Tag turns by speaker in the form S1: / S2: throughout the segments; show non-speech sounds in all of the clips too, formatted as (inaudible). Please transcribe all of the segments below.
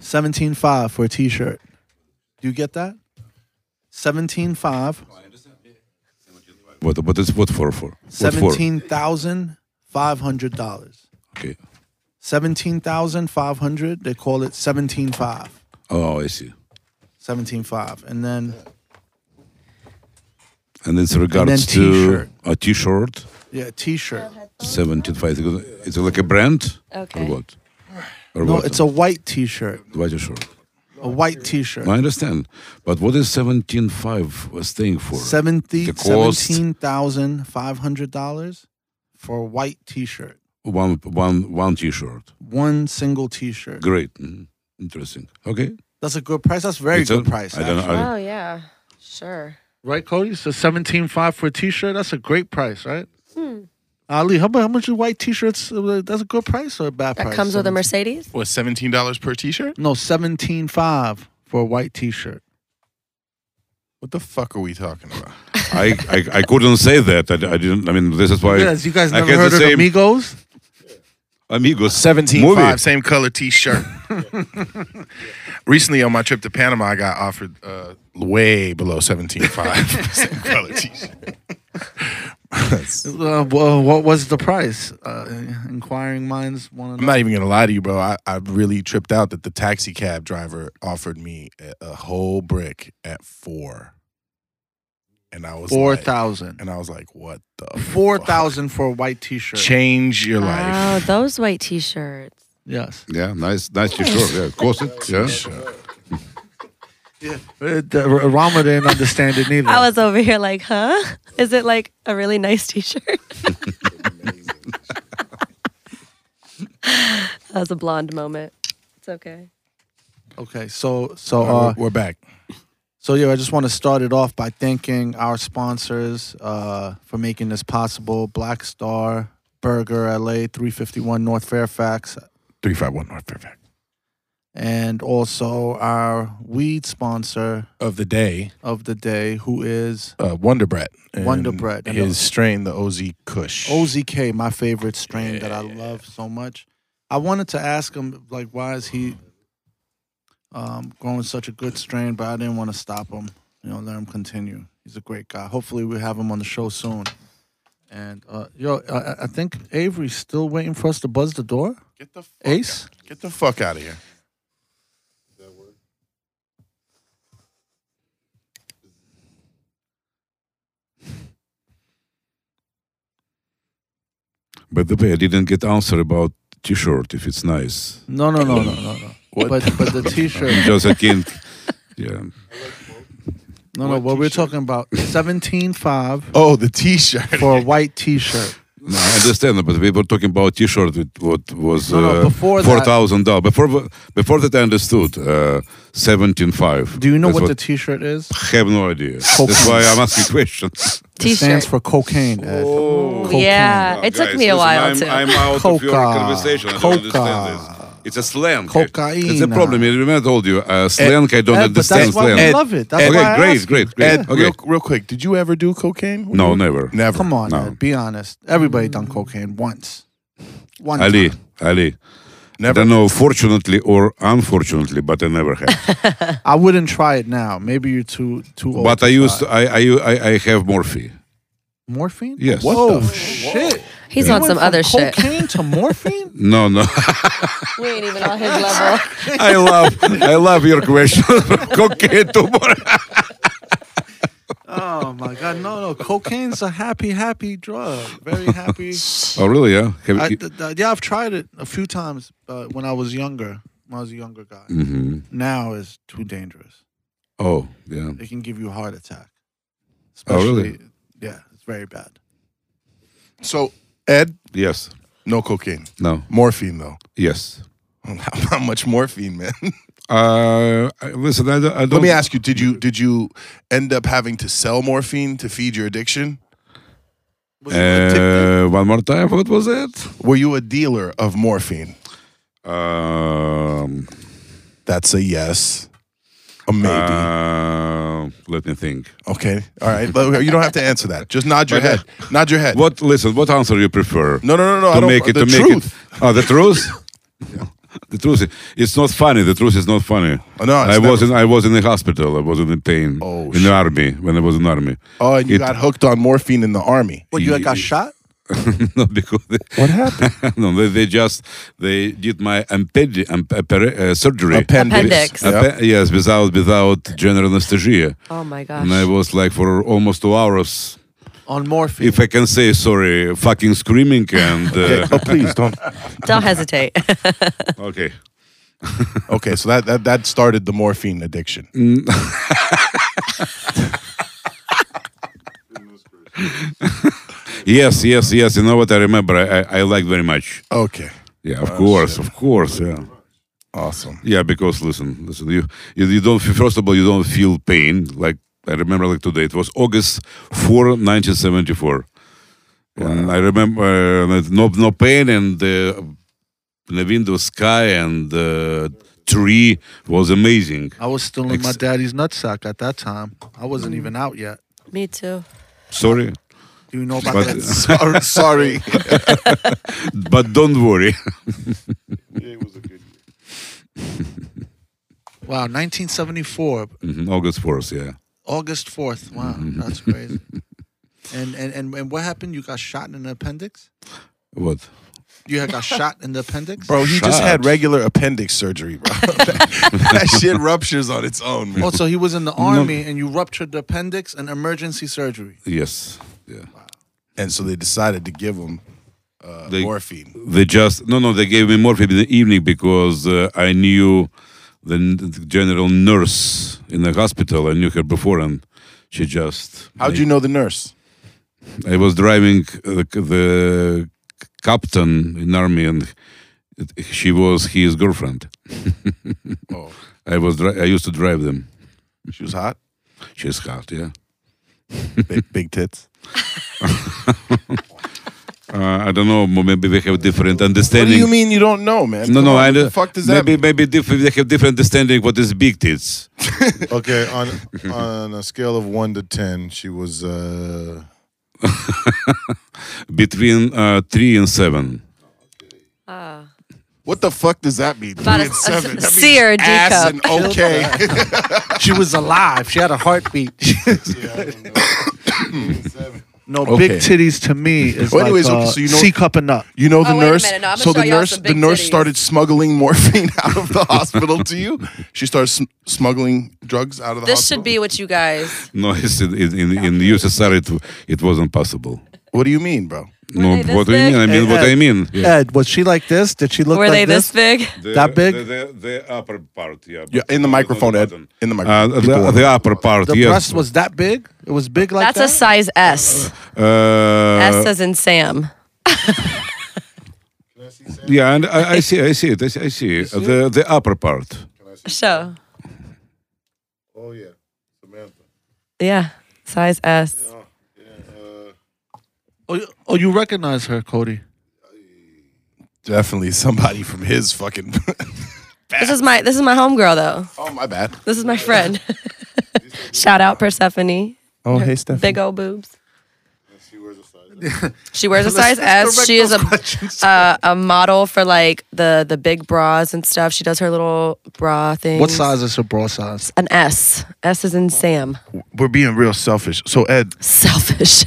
S1: Seventeen five for a T-shirt. Do you get that? Seventeen five.
S2: What what is what for for? What
S1: Seventeen thousand five hundred dollars.
S2: for? Okay.
S1: Seventeen thousand five hundred. They call it seventeen five.
S2: Oh, I see.
S1: Seventeen five, and then
S2: And it's regards
S1: t-shirt.
S2: to a T-shirt,
S1: yeah, T-shirt.
S2: seventy-five. It's like a brand
S3: Okay.
S2: or what? Or
S1: No,
S2: what?
S1: it's a white T-shirt.
S2: white shirt.
S1: A white T-shirt.
S2: I understand, but what is seventeen-five staying for?
S1: Seventy
S2: The cost.
S1: seventeen thousand five hundred dollars for a white T-shirt.
S2: One one one T-shirt.
S1: One single T-shirt.
S2: Great. Mhm. Interesting. Okay.
S1: That's a good price. That's very
S2: It's a-
S1: good price.
S2: I don't know.
S1: actually.
S2: I,
S3: Oh yeah, sure.
S1: Right, Cody? So seventeen five for a T-shirt. That's a great price, right?
S3: Hmm.
S1: Ali, how, mu- how much are white T-shirts? Uh, That's a good price or a bad
S3: That
S1: price?
S3: comes with a
S1: Seventeen-
S3: Mercedes.
S4: What, seventeen dollars per T-shirt?
S1: No, seventeen five for a white T-shirt.
S4: What the fuck are we talking about?
S2: I, I I couldn't say that. I, I didn't. I mean, this is why.
S1: yes, you guys
S2: I
S1: never
S2: had
S1: heard
S2: the
S1: of
S2: same
S1: Amigos?
S2: Amigos
S4: Seventeen
S2: movie.
S4: five, same color (laughs) T-shirt. Recently, on my trip to Panama, I got offered uh, way below seventeen (laughs) five, same color T-shirt. That's-
S1: Uh, wha- what was the price? Uh, inquiring minds want to
S4: I'm
S1: know.
S4: not even gonna lie to you, bro. I, I really tripped out that the taxi cab driver offered me a, a whole brick at four, and I was
S1: Four
S4: like-
S1: thousand.
S4: and I was like, "What the
S1: Four
S4: fuck?
S1: thousand Ah. for a white T-shirt.
S4: Change your
S3: Wow,
S4: life.
S3: Oh, those white T-shirts.
S1: yes.
S2: Yeah, nice, nice T-shirt. Oh, Yeah, cost it. Yeah.
S1: Uh, the- R- Rama didn't understand it neither.
S3: I was over here like, huh? Is it like a really nice (laughs) T-shirt? that was a blonde moment. It's okay.
S1: okay, so so
S4: All
S2: Oh.
S4: right,
S1: uh,
S4: we're, we're back.
S1: So yeah, I just want to start it off by thanking our sponsors uh, for making this possible: Black Star Burger, LA, three fifty one North Fairfax,
S4: Three five one North Fairfax
S1: and also our weed sponsor
S4: of the day.
S1: of the day, who is
S4: Uh, Wonder Bread. and
S1: Wonder Bread. And
S4: His
S1: the-
S4: strain, the OZ Kush.
S1: OZK, my favorite strain that I love so much. I wanted to ask him like, why is he um, growing such a good strain? But I didn't want to stop him. You know, let him continue. He's a great guy. Hopefully, we have him on the show soon. And uh, yo, I- I, I think Avery's still waiting for us to buzz the door.
S4: Get the fuck
S1: Ace,
S4: Out. Get the fuck out of here.
S2: By the way, I didn't get answer about T-shirt if it's nice.
S1: no, no, no, no, no, no.
S4: What?
S1: But but the T-shirt.
S2: (laughs) Just I can't. Yeah.
S1: No, no.
S4: What
S1: What we're
S4: t-shirt?
S1: talking about? Seventeen
S4: (laughs)
S1: five
S4: Oh, the T-shirt.
S1: for a white T-shirt.
S2: No, I understand, but we were talking about T-shirt. With what was
S1: No, no,
S2: uh,
S1: before that-
S2: four thousand dollars? Before before that, I understood uh, seventeen five.
S1: Do you know
S2: That's
S1: what, the T-shirt is?
S2: have no idea. That's why I'm asking questions.
S1: It stands
S3: T-shirt.
S1: for cocaine. Ed.
S2: Oh,
S3: yeah, (laughs) it took
S2: Guys,
S3: me a
S2: listen,
S3: while
S2: I'm,
S3: to.
S2: I'm out of your
S1: Coca.
S2: conversation. I
S1: Coca.
S2: don't understand this. It's a slang.
S1: Cocaine.
S2: It's a problem. I remember I told you, uh, slang, I don't
S1: Ed, Eh, but
S2: understand
S1: that's why
S2: slang.
S1: we love it. That's
S2: okay,
S1: why I
S2: great,
S1: ask
S2: great, great,
S4: Ed,
S2: Okay.
S4: real, real quick, did you ever do cocaine?
S2: No, never.
S4: Never.
S1: Come on,
S2: No.
S1: Ed, be honest. Everybody done cocaine once. One
S2: Ali,
S1: time.
S2: Ali. I
S4: Never.
S2: don't know, fortunately or unfortunately, but I never have.
S4: (laughs)
S1: I wouldn't try it now. Maybe you're too too old.
S2: but
S1: to
S2: I used,
S1: try.
S2: to, I, I, I, I have morphine.
S1: morphine.
S2: Yes. What
S1: Whoa, shit!
S3: He's
S2: You
S3: on
S1: Went
S3: some
S1: from
S3: other
S1: cocaine
S3: shit.
S1: to morphine.
S2: No, (laughs) no.
S3: (laughs) We ain't even (laughs) on his level.
S2: I love, I love your question. (laughs) Cocaine
S4: (laughs)
S2: tomorrow.
S1: (laughs) oh my god, no, no. Cocaine's a happy, happy drug.
S2: (laughs)
S1: Very happy.
S2: Oh, really? Yeah. Have
S1: I,
S2: you-
S1: th- th- yeah, I've tried it a few times uh, when I was younger. When I was a younger guy.
S2: Mhm.
S1: Now is too dangerous.
S2: Oh, yeah.
S1: It can give you a heart attack.
S2: Oh, really?
S1: Especially- Yeah, it's very bad.
S4: So, Ed,
S2: Yes.
S4: no cocaine.
S2: No.
S4: Morphine, though. (laughs)
S2: Yes.
S4: How much morphine, (laughs) man?
S2: Uh, I- listen, I, don't- I don't.
S4: Let me ask you: Did you did you end up having to sell morphine to feed your addiction?
S2: Uh, one more time. What was it?
S4: Were you a dealer of morphine?
S2: Um,
S4: That's a yes, a maybe.
S2: uh, let me think.
S4: okay, all right. But You don't have to answer that. Just
S2: (laughs)
S4: nod your
S2: Okay.
S4: head. Nod your head.
S2: What? Listen. What answer you prefer?
S4: No, no, no, no. I
S2: to
S4: don't,
S2: make it
S4: the
S2: to
S4: truth.
S2: make it. Oh, the truth. The truth is, it's not funny. The truth is not funny.
S4: Oh, no, it's
S2: I
S4: never-
S2: was in I was in the hospital. I was in the pain
S4: Oh,
S2: in
S4: shit.
S2: the army when I was in the army.
S4: Oh, and you
S2: It-
S4: got hooked on morphine in the army.
S1: What, you got shot?
S2: (laughs) not because they,
S4: (laughs) What happened?
S2: (laughs) no, they, they just they did my ampedi, um, appar- uh, surgery.
S3: Appendix.
S4: Yep.
S2: Appe- Yes, without without general anesthesia,
S3: Oh my gosh.
S2: and I was like for almost two hours,
S1: On morphine.
S2: if I can say sorry, fucking screaming
S4: (laughs)
S2: and uh,
S4: Oh, please don't.
S3: Don't (laughs) hesitate.
S2: (laughs) okay.
S4: Okay, so that, that that started the morphine addiction.
S2: Mm. Yes, yes, yes. You know what I remember? I, I, I liked very much.
S4: Okay,
S2: Yeah, of course, of course. Yeah,
S4: awesome.
S2: yeah. Because listen, listen. You, you, you don't. First of all, you don't feel pain. Like I remember, like today. It was August 4, 1974, and I remember uh, no no pain and uh, the window sky and uh, tree was amazing.
S1: I was still in my
S2: Ex-
S1: daddy's nutsack at that time. I wasn't even out yet.
S3: Me too.
S2: Sorry,
S1: Do you know about
S2: But-
S1: that?
S4: (laughs) sorry, sorry.
S2: but don't worry. (laughs)
S1: Wow, 1974,
S2: Mhm, August 4th, yeah.
S1: August 4th. Wow, that's crazy. And, and and and what happened? You got shot in the appendix?
S2: What?
S1: You had got shot in the
S4: (laughs)
S1: appendix?
S4: Bro, he just had
S2: Shots.
S4: regular appendix surgery,
S2: (laughs)
S4: bro. that, that shit ruptures on its own. man.
S1: Oh, so he was in the army and you ruptured the appendix and emergency surgery.
S2: Yes. Yeah.
S4: And so they decided to give him uh,
S2: They-
S4: morphine.
S2: They just no no they gave me morphine in the evening because uh, I knew the n- the general nurse in the hospital. I knew her before, and she just.
S4: How'd you know the nurse?
S2: I was driving uh, the, the captain in army, and it- she was his girlfriend.
S4: Oh,
S2: I was dri- I used to drive them.
S4: she was
S2: (laughs)
S4: hot.
S2: She's hot, yeah.
S4: Big, big tits.
S2: Uh, I don't know. Maybe we have different
S4: What
S2: understanding.
S4: do you mean you don't know, man?
S2: No,
S4: Come
S2: no,
S4: on,
S2: I
S4: what
S2: know.
S4: the fuck does that
S2: maybe maybe diff- they have different understanding what is big tits.
S5: Okay, on
S2: (laughs)
S5: on a scale of one to ten, she was uh
S2: between uh, three and seven.
S4: mean? What the fuck does that mean?
S3: (laughs) About a-
S4: Three and seven.
S3: a s-
S4: That means
S3: C or a D
S4: ass
S3: cup.
S4: and
S2: (laughs)
S4: okay.
S1: She was alive. She had a heartbeat. (laughs) no, big
S4: Okay.
S1: titties to me is
S4: Well,
S1: like
S4: anyways, okay,
S1: uh,
S4: so you know-
S1: C cup and up.
S4: You know the
S3: Oh, wait a
S4: nurse.
S3: minute. No, I'm gonna
S4: so the
S3: show y'all
S4: nurse,
S3: some
S4: the
S3: big
S4: nurse
S3: titties.
S4: started smuggling morphine (laughs) out of the hospital to you. She started sm- smuggling drugs out of the
S3: This
S4: hospital.
S3: should be what you guys.
S2: No, (laughs) it's in in, in, in USSR it, it wasn't possible.
S4: What do you mean, bro?
S2: no,
S3: they this
S2: what do you mean? I
S1: big?
S4: Uh,
S2: mean what I mean.
S1: Ed, was she like this? Did she look
S3: Were
S1: like
S3: they this, big?
S2: The,
S1: That big?
S2: The, the, the upper part, yeah.
S4: Yeah,
S2: but
S4: in the
S2: not
S4: microphone, Ed.
S2: bottom.
S4: In the
S2: Uh,
S4: microphone. People
S2: the,
S4: want-
S2: the upper part,
S1: The
S2: yes.
S1: breast was that big? It was big like
S3: That's
S1: that?
S3: a size S.
S2: uh,
S3: S as in Sam.
S2: yeah, and I, I see, I see it, I see, I see it. the the upper part.
S3: Show.
S5: Oh yeah. Samantha.
S3: Yeah. Size S.
S1: Oh, you- oh, you recognize her, Cody.
S4: Definitely somebody from his fucking. (laughs)
S3: This is my this is my homegirl though.
S4: oh my bad.
S3: This is my
S5: (laughs)
S3: friend. (laughs) Shout out Persephone.
S4: Oh hey Steph.
S3: Big old boobs.
S5: She wears a size.
S1: (laughs)
S3: She wears a size
S1: Let's
S3: S. She is a
S1: direct those questions.
S3: uh, a model for like the the big bras and stuff. She does her little bra thing.
S1: What size is her bra size?
S3: An S. S is in Sam. (laughs)
S4: We're being real selfish. So Ed,
S3: Selfish.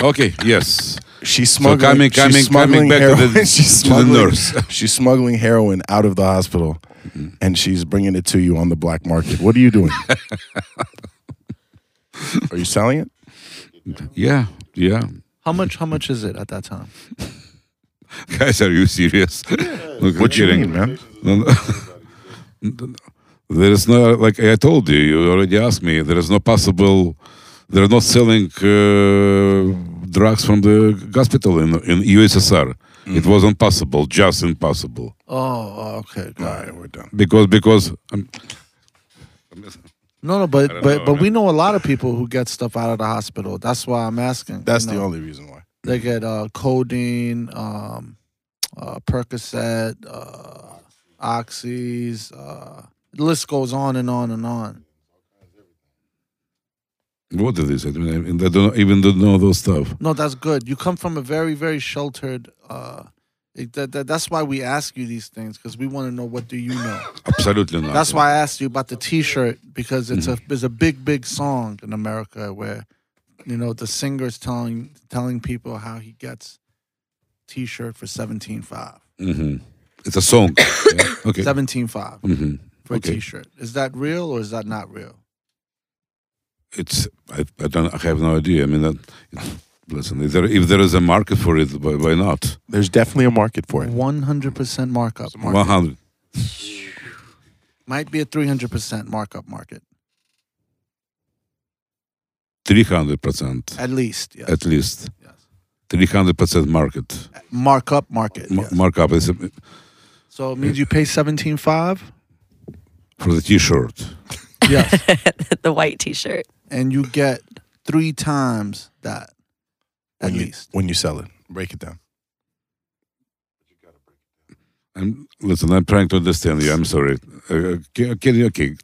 S2: Okay, yes.
S4: she's smuggling.
S2: coming-
S4: she's
S2: coming- coming
S4: smuggling
S2: back to the-
S4: heroin. (laughs) she's
S2: to the
S4: smuggling,
S2: nurse.
S4: (laughs)
S2: Mm-hmm.
S4: She's smuggling heroin out of the hospital, and she's bringing it to you on the black market. What are you
S2: (laughs)
S4: doing? are you selling it?
S2: Yeah, yeah.
S1: How much? How much is it at that time?
S2: (laughs) Guys, are you serious? Look,
S4: What you
S2: kidding.
S4: mean, man?
S2: No, (laughs) no. there is no like I told you. You already asked me. There is no possible. They are not selling uh, drugs from the hospital in in USSR.
S4: Hmm.
S2: It wasn't possible, just impossible.
S1: Oh, okay.
S4: All
S1: got it.
S4: right, we're done.
S2: Because because um,
S1: No, no, but
S2: don't
S1: but
S2: know,
S1: but
S2: man.
S1: we know a lot of people who get stuff out of the hospital. That's why I'm asking.
S4: That's
S1: you
S4: the
S1: know.
S4: only reason why.
S1: They get uh, codeine, um, uh, Percocet, uh, oxys. Uh, the list goes on and on and on.
S2: what is this? I mean, I don't even don't know those stuff.
S1: No, that's good. You come from a very very sheltered uh, It, that, that, that's why we ask you these things because we want to know what do you
S2: (laughs)
S1: know.
S2: Absolutely not.
S1: That's why I asked you about the T-shirt because it's a
S2: Mm-hmm.
S1: it's a big big song in America where you know the singer's telling telling people how he gets T-shirt for seventeen five.
S2: Mhm. It's a
S1: (coughs)
S2: song. Yeah, Okay.
S1: Seventeen five
S2: Mhm.
S1: for
S2: Okay.
S1: a T-shirt. Is that real or is that not real?
S2: It's I, I don't I have no idea. I mean that. Listen, if there, if there is a market for it, why, why not?
S4: There's definitely a market for it.
S1: One hundred percent markup.
S2: One hundred.
S1: Might be a three hundred percent markup market
S2: 300 percent
S1: at least. Yes.
S2: at least
S1: yes.
S2: 300 percent market
S1: Markup market.
S2: Ma-
S1: Uh, yes.
S2: markup is a,
S1: so it means you pay seventeen five.
S2: for the t-shirt
S1: Yes.
S3: (laughs) the white T-shirt.
S1: (laughs) and you get three times that at
S4: when you,
S1: least.
S4: When you sell it, break it down.
S2: I'm, listen i'm trying to understand you i'm sorry uh, can, can you okay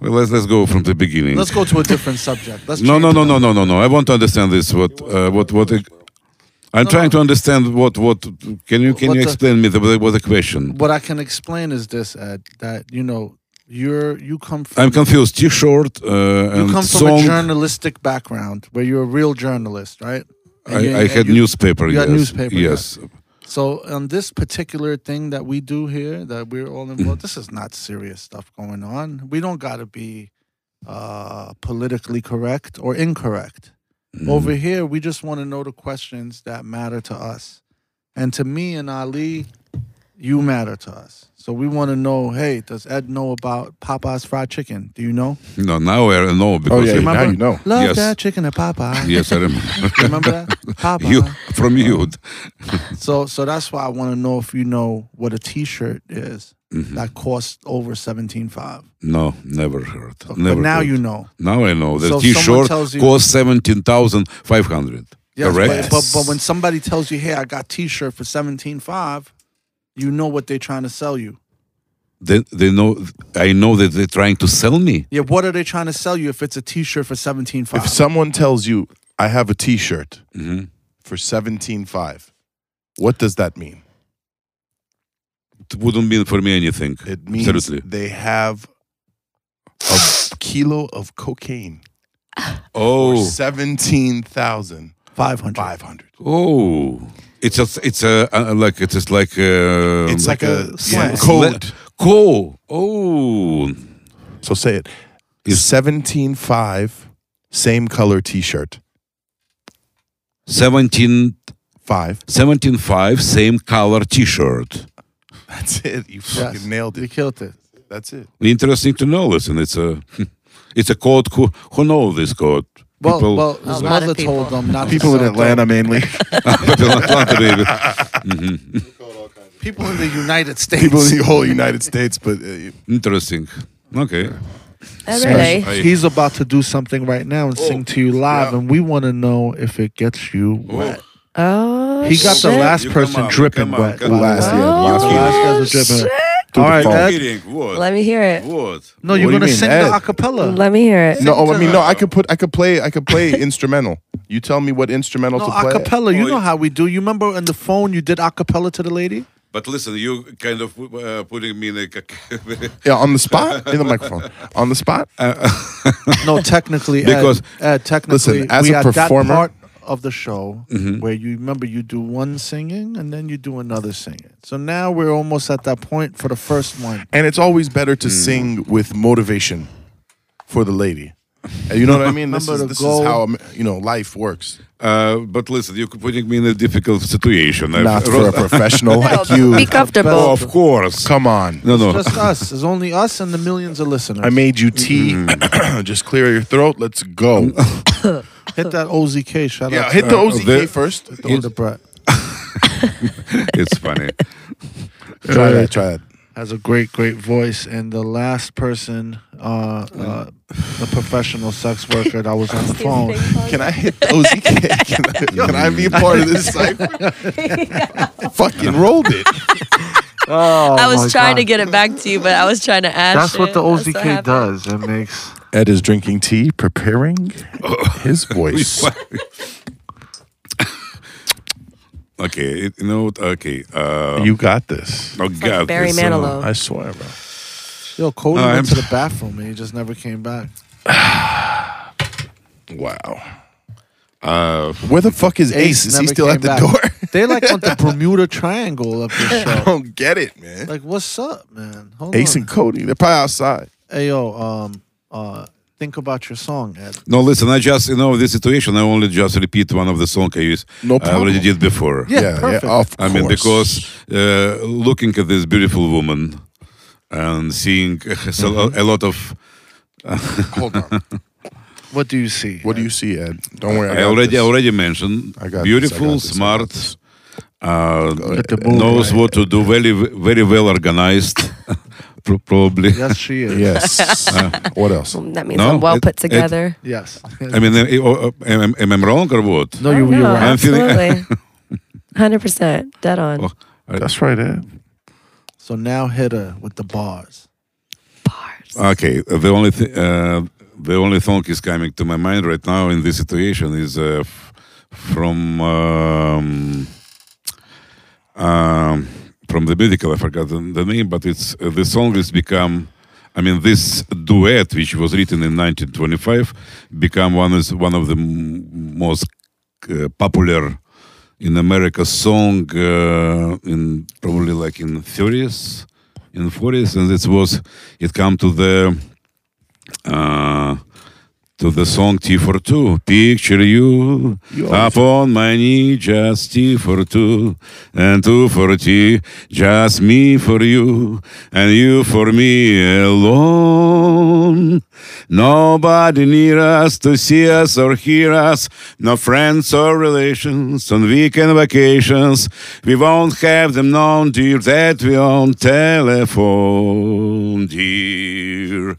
S2: well let's let's go from the beginning
S1: Let's go to a different subject. Let's
S2: no
S1: change
S2: no no
S1: it
S2: no
S1: up.
S2: no no no i want to understand this what uh, what what i'm
S1: No,
S2: trying
S1: no.
S2: to understand what what can you can
S1: What
S2: you
S1: the-
S2: explain me the, what the question
S1: What I can explain is this, Ed, that you know you're you come from
S2: i'm confused t-shirt uh,
S1: you
S2: and
S1: come from
S2: song
S1: a journalistic background where you're a real journalist, right? And
S2: I,
S1: you-
S2: I
S1: and
S2: had
S1: you-
S2: newspaper
S1: you
S2: yes
S1: had newspaper, yeah.
S2: yes
S1: So on this particular thing that we do here, that we're all
S2: Mm-hmm.
S1: involved, this is not serious stuff going on. We don't got to be uh, politically correct or incorrect. Mm.
S2: Mm-hmm.
S1: Over here, we just want to know the questions that matter to us. And to me and Ali, you matter to us. So we want to know, hey, does Ed know about Popeye's fried chicken? Do you know?
S2: no now i know because
S4: yeah,
S2: I-
S4: now
S1: Oh, Remember?
S4: you know.
S1: Love
S2: Yes.
S1: that chicken at Popeye.
S2: Yes, I
S1: (laughs)
S2: remember.
S1: Remember that? Popeye.
S2: (laughs) you from you.
S1: So so that's why I want to know if you know what a T-shirt is
S2: Mm-hmm.
S1: that costs over seventeen five.
S2: No, never heard. Never.
S1: But now
S2: heard.
S1: you know.
S2: Now I know that
S1: So if someone
S2: T-shirt
S1: tells you-
S2: costs seventeen thousand five hundred.
S1: Yes,
S2: correct.
S1: But, but but when somebody tells you, "Hey, I got T-shirt for seventeen five, you know what they're trying to sell you.
S2: they, they know. I know that they're trying to sell me.
S1: Yeah, what are they trying to sell you if it's a T-shirt for seventeen five?
S4: If someone tells you, I have a t shirt
S1: Mm-hmm.
S2: hmm
S4: for seventeen five, what does that mean?
S2: It wouldn't mean for me anything.
S4: It means
S2: Absolutely.
S4: they have a kilo of cocaine for
S2: Oh,
S4: seventeen thousand
S1: Five hundred.
S4: five hundred.
S2: oh. It's just it's a uh, like it's just like um, a
S4: It's like a
S1: slang.
S4: code.
S2: code. Oh,
S4: So say it.
S2: Is-
S4: Seventeen five, same color t shirt.
S2: 17,
S4: Five.
S2: 17.5, same color T-shirt.
S4: That's it. You
S1: Yes.
S4: fucking nailed
S1: You
S4: it.
S1: killed it.
S4: That's it.
S2: Interesting to know. Listen, it's a (laughs) it's a code. Who who know this code?
S1: Well,
S2: (laughs) people,
S1: well, his
S3: A lot of
S1: mother told
S3: people.
S1: them not.
S4: People
S1: to
S4: in
S1: sell
S4: Atlanta
S1: dope.
S4: mainly.
S2: people in Atlanta, baby.
S1: People in the United States.
S4: People in the whole United States, but uh,
S2: Interesting. Okay. Oh.
S3: Every day.
S2: I-
S1: He's about to do something right now and
S4: Oh.
S1: sing to you live, and we want to know if it gets you wet.
S3: Oh,
S1: He got the
S3: shit.
S1: last
S2: You come
S1: person
S2: on,
S1: dripping
S2: come on,
S1: wet.
S2: come on.
S4: Last year,
S3: Oh,
S4: last year.
S1: Last guy's a
S3: shit.
S1: dripping. All right,
S4: phone.
S1: Ed.
S2: Kidding. What?
S3: Let me hear it.
S2: what?
S1: No, you're
S4: What do you
S1: gonna
S4: mean,
S1: sing
S4: Ed?
S1: the acapella.
S3: Let me hear it.
S4: No, oh, I
S2: to
S4: mean,
S2: her.
S4: no. I could put, I could play, I could (laughs) play instrumental. You tell me what instrumental
S1: no,
S4: to play. Oh,
S1: acapella. You
S2: Boy.
S1: know how we do. You remember on the phone you did acapella to the lady?
S2: But listen, you kind of uh, putting me in a. c-
S4: Yeah, on the spot in the microphone. On the spot.
S1: No, technically,
S2: Because-
S1: Ed, Ed, technically,
S4: Listen, as
S1: we
S4: a
S1: had
S4: performer-
S1: that
S4: Mm-hmm.
S1: part of the show where you remember you do one singing and then you do another singing. So now we're almost at that point for the first one.
S4: and it's always better to sing with motivation for the lady. Uh, You know what I mean? This,
S1: Remember
S4: is,
S1: the
S4: this is
S1: goal?
S4: how um, you know life works.
S2: (laughs) uh, but listen, you're putting me in a difficult situation. I've-
S4: Not (laughs) for a professional like
S3: Be
S4: you.
S3: comfortable.
S2: oh, of course.
S4: Come on.
S2: No, no.
S1: Just us. It's only us and the millions of listeners.
S4: Oh. I made you tea. (clears throat) Just clear your throat. Let's go.
S1: hit that OZK. Shout
S4: yeah,
S1: out.
S4: hit the
S2: Uh,
S4: OZK
S2: the-
S4: first.
S1: to Elder Brett.
S2: it's funny.
S4: Try that. Try that.
S1: has a great, great voice. And the last person, uh, uh, the professional sex worker that was on the phone.
S3: (laughs)
S4: Can I hit the OZK? Can I, can I be a part of
S2: (laughs)
S4: this cipher? Fucking rolled it.
S1: (laughs) Oh,
S3: I was trying to get it back to you, but I was trying to add.
S1: That's
S3: shit.
S1: what the
S3: That's what
S1: OZK
S3: happened.
S1: does. It makes.
S4: Ed is drinking tea, (laughs) preparing his voice.
S2: Okay, it- you know what? Okay. Uh,
S4: you got this.
S2: oh,
S3: It's
S2: God.
S3: like Barry
S2: it's, uh,
S3: Manilow.
S4: I swear, bro.
S1: Yo, Cody
S2: Uh, I'm-
S1: went to the bathroom and he just never came back.
S4: Wow.
S2: uh,
S4: Where the fuck is Ace? Is he
S1: never
S4: still
S1: came
S4: at the
S1: back.
S4: (laughs) door?
S1: (laughs) They like on the Bermuda Triangle of
S4: (laughs)
S1: this
S4: I
S1: show.
S4: don't get it, man.
S1: Like, what's up, man? Hold
S4: Ace
S1: on.
S4: and Cody, they're probably outside.
S1: hey, yo, um, uh, think about your song, Ed.
S2: no, listen, I just, you know, this situation, I only just repeat one of the song I used.
S4: No
S2: I already
S4: problem.
S2: did before.
S1: Yeah, perfect.
S4: of
S2: I mean,
S4: course.
S2: because uh, looking at this beautiful woman and seeing a lo-
S4: Mm-hmm.
S2: a lot of.
S4: (laughs) Hold on.
S1: What do you see?
S4: (laughs) What do you see, Ed?
S5: Don't worry.
S2: I, already I already mentioned
S4: I got this, I
S2: beautiful,
S4: got this, I got
S2: smart, uh,
S1: Look at the movie.
S2: knows what to do, very very well organized, (laughs) pro- probably.
S1: Yes, she
S4: (laughs)
S1: is.
S4: Yes. what else?
S3: that means
S2: No,
S3: I'm well
S2: it-
S3: put
S2: it-
S3: together.
S4: (laughs)
S1: Yes.
S2: I mean, eh, oh, oh, am, am I wrong or what?
S1: no, you,
S3: Oh,
S1: you're
S3: no,
S1: right.
S2: I'm feeling-
S3: Absolutely. 100% dead on.
S2: Oh,
S4: That's right, Ed.
S1: So now hit her with the bars.
S3: Bars.
S2: Okay, the only th- uh, the only song is coming to my mind right now in this situation is uh, f- from um, um, from the musical. I forgot the, the name, but it's uh, the song has become. I mean, this duet, which was written in 1925, become one is one of the m- most uh, popular in America song uh, in probably like in 30s, in 40s, and it was it come to the uh, to the song T for two. Picture you,
S4: You always-
S2: up on my knee, just T for two, and two for T, just me for you, and you for me alone. Nobody near us to see us or hear us, no friends or relations on weekend vacations. We won't have them known, dear, that we on telephone, dear.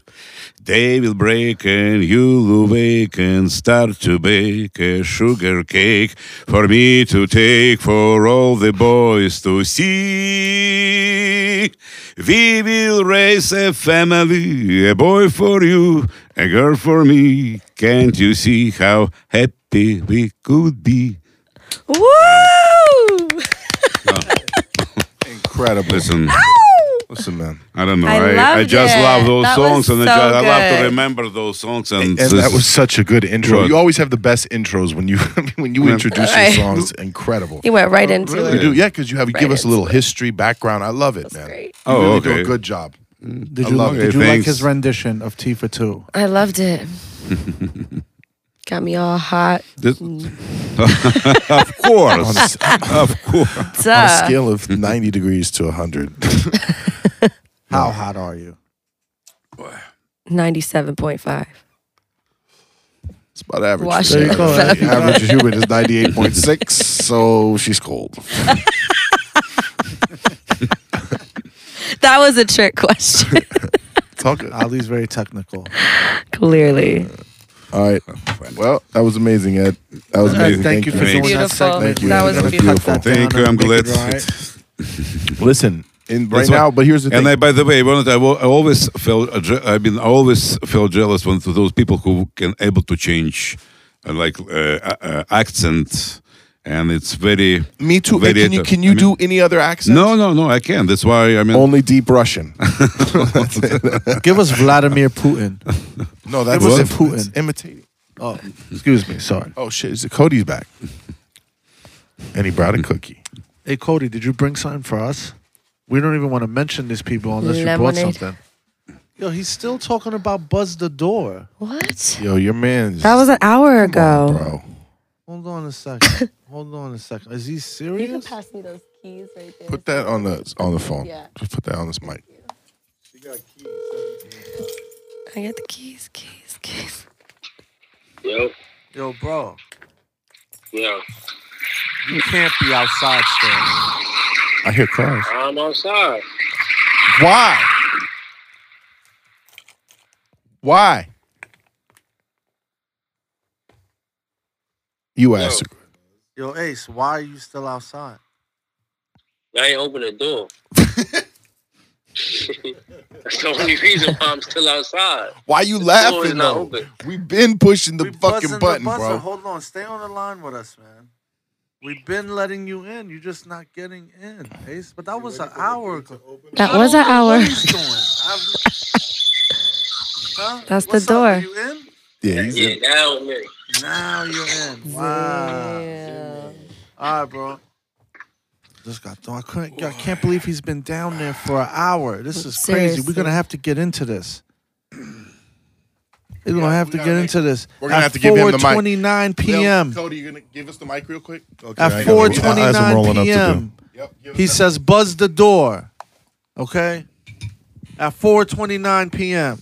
S2: Day will break and you'll awake and start to bake a sugar cake for me to take for all the boys to see. We will raise a family, a boy for you, a girl for me. Can't you see how happy we could be?
S3: Woo!
S4: Incredible.
S2: Listen,
S4: Listen, man.
S2: I don't know.
S3: I
S2: I, I
S3: loved
S2: just
S3: it.
S2: love those
S3: That
S2: songs
S3: was
S2: and
S3: so
S2: I, just, I love to
S3: good.
S2: remember those songs. And,
S4: And
S2: this
S4: that
S2: is-
S4: was such a good intro.
S2: Good.
S4: You always have the best intros when you (laughs) when you introduce your
S3: Right.
S4: songs. Incredible.
S3: He went right into
S2: really?
S4: You
S3: it.
S4: do, yeah, because you have you give
S3: Right,
S4: us a little history background. I love it, man.
S3: Great.
S4: You
S2: Oh,
S4: really
S2: okay.
S4: do a good job.
S1: Did
S4: I
S1: you,
S4: love it.
S1: did you like
S2: Thanks.
S1: his rendition of T for Two?
S3: I loved it. Got me all hot.
S2: This-
S6: Mm.
S2: of
S4: (laughs) (laughs) On,
S2: course,
S4: s- on
S2: of course.
S4: a
S3: (laughs) Duh.
S4: scale of (laughs) ninety degrees to hundred, (laughs)
S1: How hot are you?
S3: 97.5.
S4: it's about average.
S3: Wash There
S1: you it. go.
S4: Average, average human (laughs) is ninety-eight point six, so she's cold.
S3: That was a trick question.
S4: It's all good.
S1: Ali's very technical.
S3: Clearly.
S4: All right. Well, that was amazing, Ed. That was
S1: Ed,
S4: (laughs) amazing.
S1: thank, you for doing
S2: Thanks.
S1: that segment.
S4: Thank you.
S3: That
S4: Ed.
S3: was
S1: We're gonna cut
S4: beautiful.
S1: that
S2: Thank
S1: down
S2: you. I'm
S1: and make it
S2: glad.
S1: right.
S4: Listen, in, right
S2: That's what-
S4: now, but here's the thing.
S2: And I, by the way, Ronald, I, wa- I always felt, uh, je- I mean, I always felt jealous when to those people who can able to change, uh, like uh, uh, uh, accent, and it's very.
S4: Me too.
S2: Very
S4: Ed, can you
S2: tough.
S4: can you
S2: I mean-
S4: do any other accent?
S2: No, no, no, I can. That's why I mean.
S4: Only deep (laughs) Russian.
S1: Give
S4: (laughs)
S1: us Vladimir Putin.
S4: No, that
S1: It was
S4: was
S1: Putin.
S4: Putin. imitating.
S1: Oh, excuse me. Sorry.
S4: Oh shit! Is it Cody's back? And he brought a (laughs) cookie.
S1: Hey, Cody, did you bring something for us? We don't even want to mention these people unless you brought
S3: Lemonade.
S1: something. Yo, he's still talking about Buzz the Door.
S3: What?
S4: Yo, your man's.
S3: That was an hour
S4: Come on,
S3: ago.
S4: bro.
S1: Hold on a
S3: (laughs)
S1: second. Hold on a second. Is he
S3: you can
S1: serious?
S3: pass me those keys right there.
S4: Put that on the on the phone.
S3: Yeah.
S4: Just put that on this mic.
S3: I got the keys, keys, keys.
S7: Yo,
S1: Yo, bro,
S7: yo,
S1: you can't be outside still.
S4: I hear cries.
S7: I'm outside.
S4: Why? Why? You asked.
S1: Yo, Ace, why are you still outside?
S7: I ain't open the
S1: (laughs)
S7: door. That's the only reason why I'm still outside.
S4: Why you
S7: door is
S4: laughing
S7: not
S4: though?
S7: open.
S4: We've been pushing the
S1: We buzzing
S4: fucking button,
S1: buzzer.
S4: bro.
S1: Hold on. Stay on the line with us, man. We've been letting you in. You're just not getting in, Ace. But that was an hour ago.
S3: That
S1: I
S3: was
S1: don't
S3: an
S1: know
S3: hour.
S1: what he's doing. I've- Huh?
S3: That's the
S1: What's up? Are
S3: door.
S1: you in?
S4: Yeah, he's
S7: Yeah,
S4: in.
S7: now me.
S1: Now you're in. Wow.
S3: Yeah.
S1: All right, bro. Just got thrown. I couldn't. I can't believe he's been down there for an hour. This is crazy. We're
S3: Seriously.
S1: gonna have to get into this. We're gonna have to get into this.
S4: We're gonna
S1: At
S4: have to give him the mic.
S1: 4:29 p.m.
S4: Cody, you gonna give us the mic real quick? Okay.
S1: At
S5: I got it. As I'm
S1: 4:29
S5: rolling up to
S1: p.m.
S4: Yep, give us
S1: He
S4: that.
S1: says, "Buzz the door." Okay. At 4:29 p.m.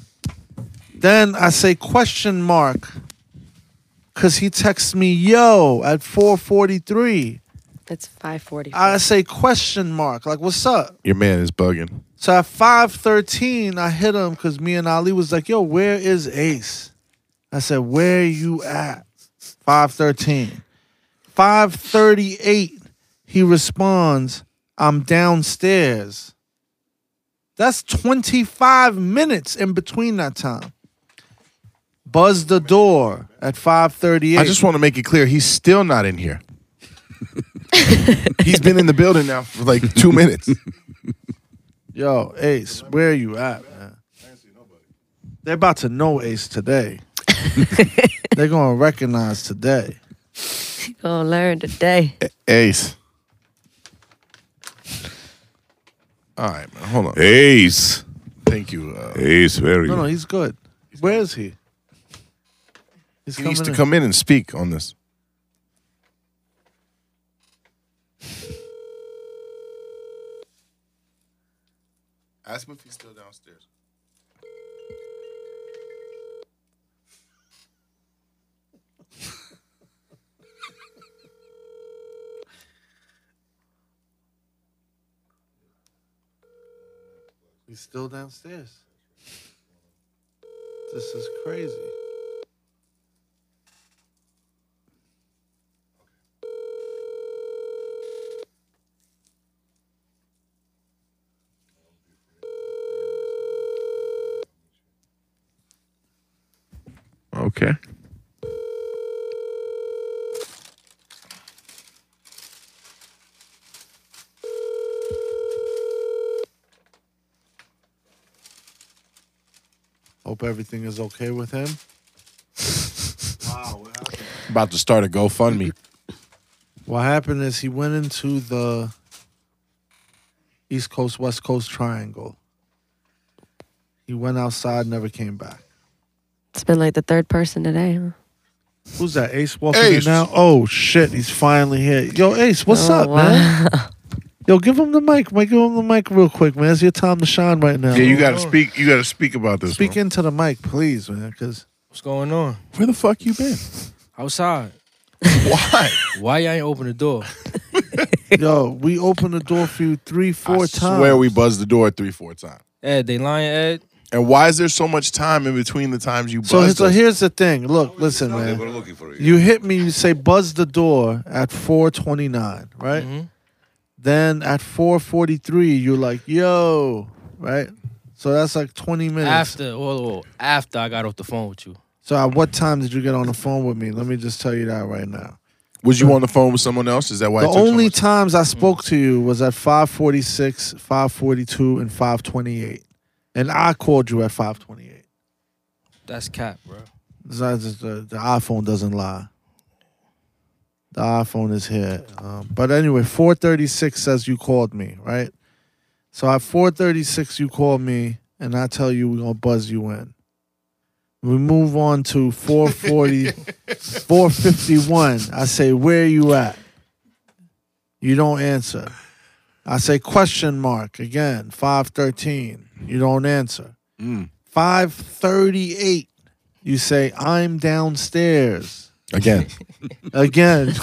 S1: Then I say question mark cuz he texts me, "Yo," at 4:43.
S3: It's 540.
S1: I say question mark, like, "What's up?"
S4: your man is bugging.
S1: So at five thirteen, I hit him because me and Ali was like, "Yo, where is Ace?" I said, "Where you at?" Five thirteen. Five thirty eight. He responds, "I'm downstairs." That's twenty five minutes in between that time. Buzz the door at five thirty eight.
S4: I just want to make it clear he's still not in
S3: (laughs)
S4: here. he's been in the building now for like two minutes.
S1: Yo, Ace, where you at, man? They're about to know Ace
S4: (laughs)
S1: today. They're gonna recognize today.
S3: Gonna learn today.
S4: Ace. All right, man. Hold on.
S2: Ace.
S4: Thank you. Uh,
S2: Ace, where are you?
S1: No, no, he's good. Where is he? He's
S4: he needs to
S1: in.
S4: come in and speak on this. Ask him if he's still downstairs.
S1: He's still downstairs. This is crazy.
S4: Okay.
S1: Hope everything is okay with him. wow, what happened?
S4: About to start a GoFundMe.
S1: What happened is he went into the East Coast West Coast triangle. He went outside, never came back.
S3: It's been like the third person today. Huh?
S1: Who's that? Ace walking
S4: Ace.
S1: in now. Oh shit, he's finally here. Yo, Ace, what's
S3: Oh,
S1: up, man? Yo, give him the mic. Man, give him the mic real quick, man. It's your time to shine right now.
S4: Yeah, you gotta speak. You gotta speak about this.
S1: Speak
S4: bro.
S1: into the mic, please, man. Because
S6: What's going on?
S4: Where the fuck you been?
S6: Outside.
S4: Why?
S6: (laughs) Why y'all ain't open the door?
S1: yo, we opened the door for you three, four
S4: I
S1: times.
S4: swear we buzzed the door three, four times.
S6: Ed, they lying, Ed.
S4: And why is there so much time in between the times you buzzed?
S1: so, so
S4: us?
S1: here's the thing. Look, listen,
S2: They
S1: man.
S2: were looking for you.
S1: You hit me. You say buzz the door at 4:29, right?
S6: Mhm.
S1: Then at 4:43, you're like, yo, right? So that's like 20 minutes.
S6: After, well, well, after I got off the phone with you.
S1: So at what time did you get on the phone with me? Let me just tell you that right now.
S4: was you on the phone with someone else? Is that why? it
S1: the
S4: took so
S1: only
S4: much? Mm.
S1: times I spoke to you was at 546, 542, and 528. And I called you at 528.
S6: That's cap, bro.
S1: It's not just the, the iPhone doesn't lie. The iPhone is here. Um, but anyway, 436 says you called me, right? So at 436, you call me, and I tell you we're going to buzz you in. We move on to 440, 451. I say, where you at? You don't answer. I say, question mark. Again, 513. You don't answer. 538. You say, I'm downstairs
S4: again.
S1: again,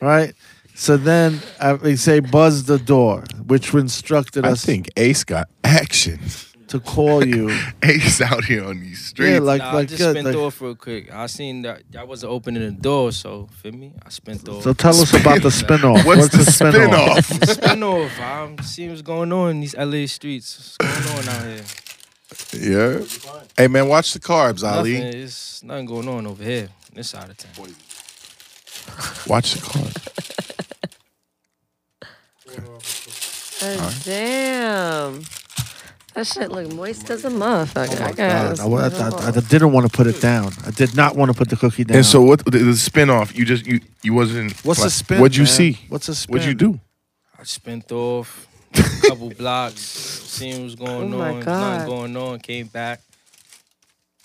S1: right? So then uh, they say, buzz the door, which instructed
S4: (laughs) I
S1: us
S4: think Ace got action. (laughs)
S1: to call you.
S4: Ace out here on these
S1: yeah,
S4: streets.
S1: like,
S6: Nah, I
S1: like,
S6: just
S1: good,
S6: spent
S1: like-
S6: off real quick. I seen that y'all wasn't opening the door, so feel me? I spent off. (laughs)
S1: So tell us about the spinoff.
S4: (laughs) What's the
S1: spinoff?
S4: spinoff?
S6: spin off. I'm seeing what's going on in these LA streets. What's going on out here?
S4: yeah.
S1: (laughs)
S4: Hey man, watch the carbs, Ali.
S6: Nothing. It's nothing going on over here. This side of town.
S4: Watch the carbs.
S3: Oh, Damn. That shit look moist as a motherfucker.
S1: Oh,
S3: I guess.
S1: Uh, I, I- I- I didn't want to put it down. I did not want to put the cookie down.
S8: And so what? The, the spinoff. You just you you wasn't.
S1: what's
S8: like,
S1: a spin?
S4: what'd you
S1: man?
S4: see?
S1: What's a spin?
S8: What'd you do?
S6: I spent
S1: (laughs)
S6: off a couple blocks, seeing what's going
S3: Oh my
S6: on.
S3: God.
S6: Nothing going on. Came back.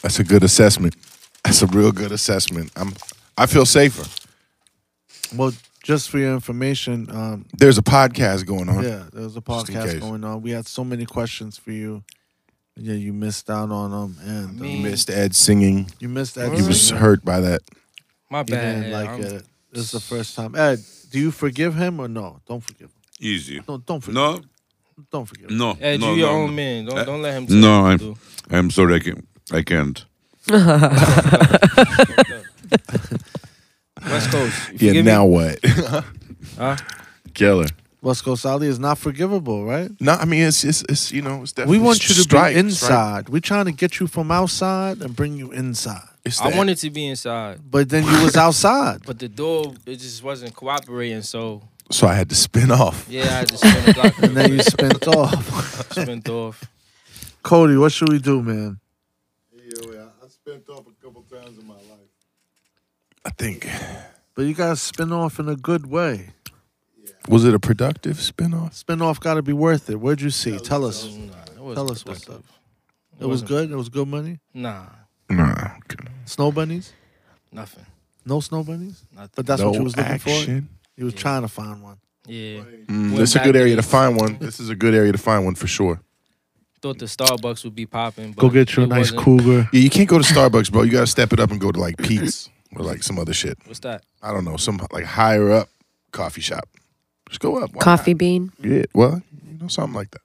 S4: That's a good assessment. That's a real good assessment. I'm I feel safer.
S1: Well, just for your information, um,
S4: There's a podcast going on.
S1: yeah, there was a
S4: Just in
S1: podcast
S4: case.
S1: going on. We had so many questions for you. Yeah, you missed out on them, and um,
S6: Me.
S4: You missed Ed singing.
S1: you missed that.
S4: He was
S1: singing.
S4: hurt by that.
S6: My
S1: You
S6: bad.
S1: didn't
S6: I'm-
S1: like it. This is the first time. Ed, do you forgive him or no? Don't forgive him.
S2: Easy.
S1: Don't don't forgive.
S2: No,
S1: him. don't forgive. Him.
S2: no,
S6: Ed, you
S2: no,
S6: Uh, your
S2: no,
S6: own
S2: no.
S6: man. Don't
S2: Uh,
S6: don't let him. tell
S2: no,
S6: you what
S2: I'm-
S6: to do.
S2: I'm sorry, I can't. I can't.
S6: West Coast. You
S4: Yeah.
S6: forgive me?
S4: Now what? (laughs)
S6: Huh?
S8: Killer.
S1: What's Coast Ali is not forgivable, right?
S8: No, I mean it's it's, it's you know it's
S1: We
S8: definitely.
S1: want you to
S8: strike,
S1: be
S8: strike.
S1: inside. We're trying to get you from outside and bring you inside.
S8: It's
S6: I
S8: that-
S6: wanted to be inside,
S1: But then you was outside.
S6: but the door it just wasn't cooperating. So
S4: So I had to spin off.
S6: yeah, I just spent, a block,
S1: and then you spent off.
S6: spent off.
S1: Cody, what should we do, man?
S5: Yeah, I spent off a couple times in my life.
S4: I think
S1: But you gotta spin off in a good way.
S4: was it a productive spin off?
S1: Spin off gotta be worth it. Where'd you see? Tell us.
S6: It was
S1: Tell us what's up. It was
S6: wasn't-
S1: good. It was good money.
S6: Nah,
S4: Nah. okay.
S1: Snow bunnies?
S6: nothing.
S1: No snow bunnies?
S6: Nothing.
S1: But that's
S4: no
S1: what you was looking for.
S4: action.
S1: You was trying to find one.
S6: Yeah.
S4: Mm,
S6: Went
S4: this is a
S6: back
S4: good
S6: to
S4: area to
S6: the-
S4: find one. (laughs) This is a good area to find one for sure.
S6: Thought the Starbucks would be popping. but
S1: Go get you a
S6: it
S1: nice
S6: wasn't.
S1: cougar.
S4: Yeah, you can't go to Starbucks, bro. You got to step it up and go to like Pete's or like some other shit.
S6: What's that?
S4: I don't know, some like higher up coffee shop. Just go up. Why
S3: Coffee bean.
S4: not? Yeah, well, you know, something like that.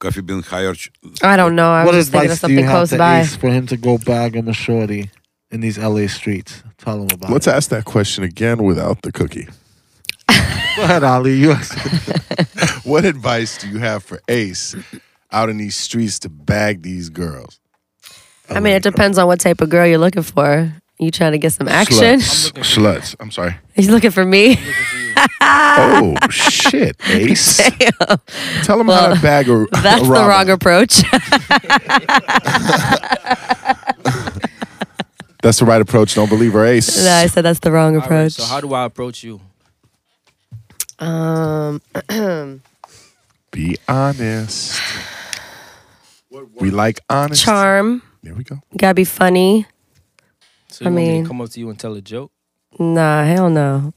S2: Coffee bean higher. ch-
S3: I don't know. I was
S1: what
S3: just thinking of
S1: advice do you
S3: something
S1: have
S3: close
S1: to
S3: by.
S1: Ace for him to go bag him a shorty in these LA streets? Tell him about
S4: Let's
S1: it.
S4: ask that question again without the cookie. (laughs)
S1: Go ahead, Ali. You
S4: What advice do you have for Ace out in these streets to bag these girls?
S3: I mean, it depends on what type of girl you're looking for. You trying to get some action? (laughs)
S4: Sluts. Sluts. I'm sorry.
S3: He's looking for me. (laughs)
S4: Oh shit, Ace!
S3: Damn.
S4: Tell him how
S3: Well,
S4: to bag a.
S3: That's
S4: a
S3: the wrong
S4: robber.
S3: approach. (laughs)
S4: That's the right approach. Don't believe her, Ace.
S3: no, I said that's the wrong
S6: All right,
S3: approach.
S6: so how do I approach you?
S3: um, (clears throat)
S4: Be honest. We like honest.
S3: charm.
S4: There we go.
S3: You gotta be funny.
S6: So you
S3: I
S6: want me
S3: mean-
S6: to come up to you and tell a joke?
S3: Nah, hell no.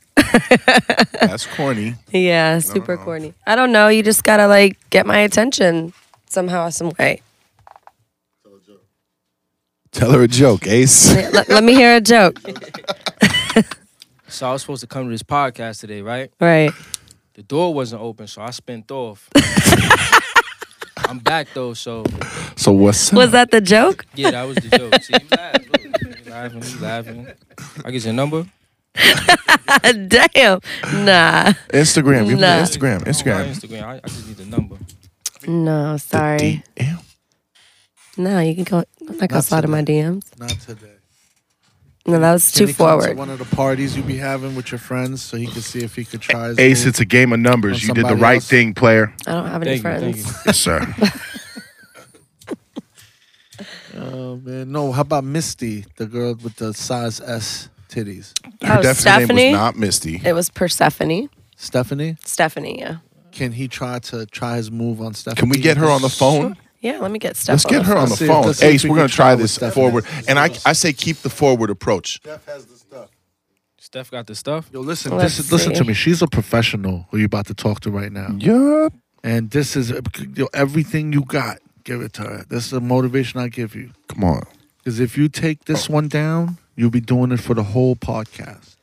S4: That's corny.
S3: Yeah, super corny. I don't know. You just gotta like get my attention somehow, some way.
S4: Tell her a joke, Ace.
S3: (laughs) let, let me hear a joke.
S6: So I was supposed to come to this podcast today, right?
S3: Right.
S6: The door wasn't open, so I spent off. I'm back though, so
S4: So what's up?
S3: Was that the joke? (laughs)
S6: yeah, that was the joke. See, you laugh, look, you laughing, you laughing. I get your number.
S3: Damn. Nah.
S4: Instagram. Give me the
S3: Nah.
S4: Instagram.
S6: Oh, my
S4: Instagram.
S6: Instagram. I, I just need the number.
S3: No, sorry.
S4: DM.
S3: No, you can go. I'm not gonna slide in my DMs.
S1: Not today.
S3: No, that was
S1: Can
S3: too
S1: he come To
S3: forward.
S1: one of the parties you be having with your friends, so he could see if he could try. His
S8: Ace,
S1: move.
S8: it's a game of
S1: On
S8: numbers. You did the
S1: somebody
S8: right
S1: else.
S8: thing, player.
S3: I don't have any
S6: Thank you, thank
S3: friends.
S6: you.
S8: Yes, sir.
S3: (laughs)
S1: Oh man, no. How about Misty, the girl with the size S titties?
S4: Her
S3: Oh,
S4: definite name
S3: Stephanie?
S4: was not Misty.
S3: It was Persephone.
S1: Stephanie,
S3: Stephanie, yeah.
S1: can he try to try his move on Stephanie?
S4: Can we get her on the phone?
S3: Yeah, let me get Steph.
S4: Let's get her on the
S1: Let's see if-
S4: phone.
S1: let's see if
S4: Ace,
S1: we
S4: we're
S1: can
S4: gonna
S1: try
S4: try
S1: with
S4: this
S1: Stephanie.
S4: forward. And I, I say keep the forward approach.
S5: Jeff has the stuff.
S6: Steph got the stuff.
S1: Yo, listen,
S3: Let's
S1: this is, listen
S3: see.
S1: to me. She's a professional who you about to talk to right now,
S4: Yup.
S1: and this is yo, everything you got. Give it to her. This is the motivation I give you.
S4: Come on.
S1: Because if you take this one down, you'll be doing it for the whole podcast.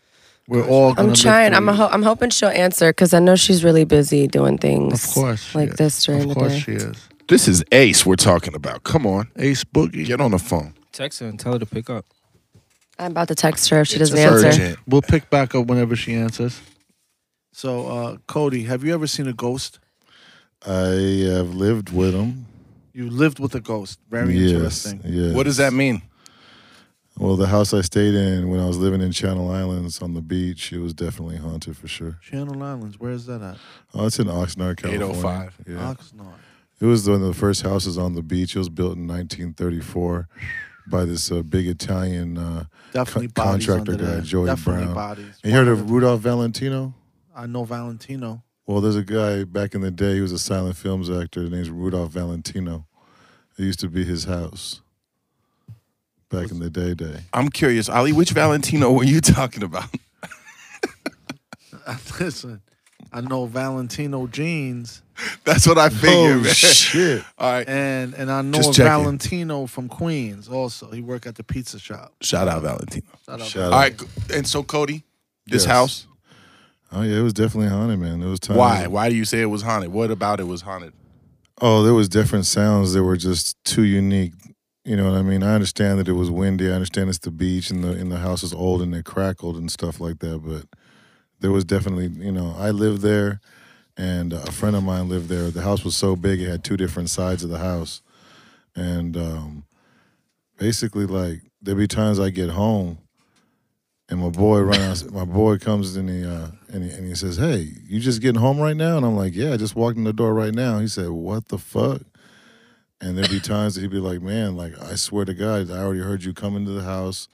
S1: We're all. Gonna
S3: I'm
S1: live
S3: trying.
S1: for
S3: I'm a
S1: you.
S3: ho- I'm hoping she'll answer because I know she's really busy doing things.
S1: Of course, she
S3: like
S1: is.
S3: this during
S1: Of
S3: the
S1: course,
S3: day.
S1: she is.
S4: This is Ace we're talking about. Come on.
S1: Ace Boogie.
S4: Get on the phone.
S6: Text her and tell her to pick up.
S3: I'm about to text her if she doesn't
S4: It's
S3: answer.
S4: urgent.
S1: We'll pick back up whenever she answers. So, uh, Cody, have you ever seen a ghost?
S5: I have lived with him.
S1: You lived with a ghost. Very
S5: yes.
S1: interesting.
S5: Yes.
S4: What does that mean?
S5: Well, the house I stayed in when I was living in Channel Islands on the beach, it was definitely haunted for sure.
S1: Channel Islands. Where is that at?
S5: Oh, it's in Oxnard, California.
S9: 805.
S5: Yeah.
S1: Oxnard.
S5: It was one of the first houses on the beach. It was built in 1934 by this uh, big Italian. Uh,
S1: Definitely
S5: Con-
S1: bodies
S5: contractor
S1: under
S5: guy,
S1: there.
S5: Joey
S1: Definitely
S5: Brown.
S1: bodies.
S5: you heard of
S1: 100.
S5: Rudolph Valentino?
S1: I know Valentino.
S5: Well, there's a guy back in the day. He was a silent films actor. His name's Rudolph Valentino. It used to be his house back in the day. Day.
S4: I'm curious, Ali, which Valentino were you (laughs) talking about?
S1: (laughs) Listen, I know Valentino jeans,
S4: That's what I figured. man.
S5: shit!
S4: (laughs) All right.
S1: and and I know
S4: Just
S1: of
S4: checking.
S1: Valentino from Queens. Also, he worked at the pizza shop.
S4: Shout out Valentino.
S1: Shout out.
S5: Shout
S4: All
S5: out.
S4: right. go- And so Cody, this
S5: Yes.
S4: house.
S5: Oh yeah, it was definitely haunted, man. It was time.
S4: Why? Why do you say it was haunted? What about it was haunted?
S5: Oh, there was different sounds that were just too unique. You know what I mean? I understand that it was windy. I understand it's the beach and the and the house is old and it crackled and stuff like that. But there was definitely, you know, I lived there, and a friend of mine lived there. The house was so big it had two different sides of the house, and um, basically, like there'd be times I get home, and my boy runs. my boy comes in the uh, and, he, and he says, "Hey, you just getting home right now?" And I'm like, "Yeah, I just walked in the door right now." He said, "What the fuck?" And there'd be times that he'd be like, "Man, like I swear to God, I already heard you come into the house,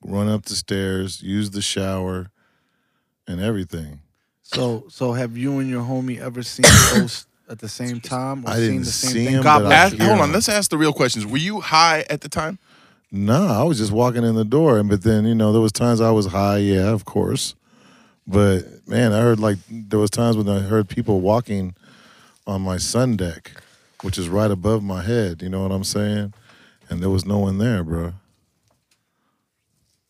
S5: run up the stairs, use the shower, and everything."
S1: So so have you and your homie ever seen
S5: (coughs)
S1: ghosts at the same time? Or
S5: I
S1: seen
S5: didn't
S1: the same
S5: see
S1: thing?
S5: him, but
S1: God
S5: I
S1: bless
S4: Ask,
S1: you.
S5: hear
S4: hold on.
S5: him.
S4: Let's ask the real questions. Were you high at the time?
S5: No, I was just walking in the door, and but then you know there was times I was high, yeah, of course, but man, I heard like there was times when I heard people walking on my sun deck, which is right above my head. You know what I'm saying? And there was no one there, bro.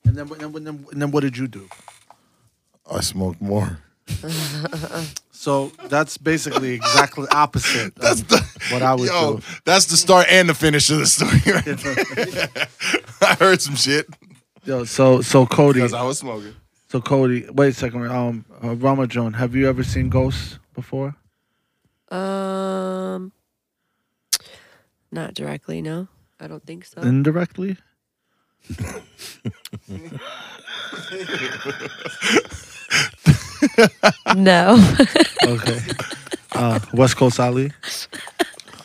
S1: And then, and, then, and then what did you do?
S5: I smoked more.
S1: So that's basically exactly opposite of what I would
S4: Yo,
S1: do.
S4: Oh, that's the start and the finish of the story. right there. (laughs) I heard some shit
S1: Yo, so so Cody,
S4: because I was smoking.
S1: so Cody, wait a second. Um, uh, Rama Joan, have you ever seen ghosts before?
S3: Um, not directly. No, I don't think so.
S1: Indirectly?
S3: (laughs) (laughs) no.
S1: Okay. (laughs) Uh, West Coast Ali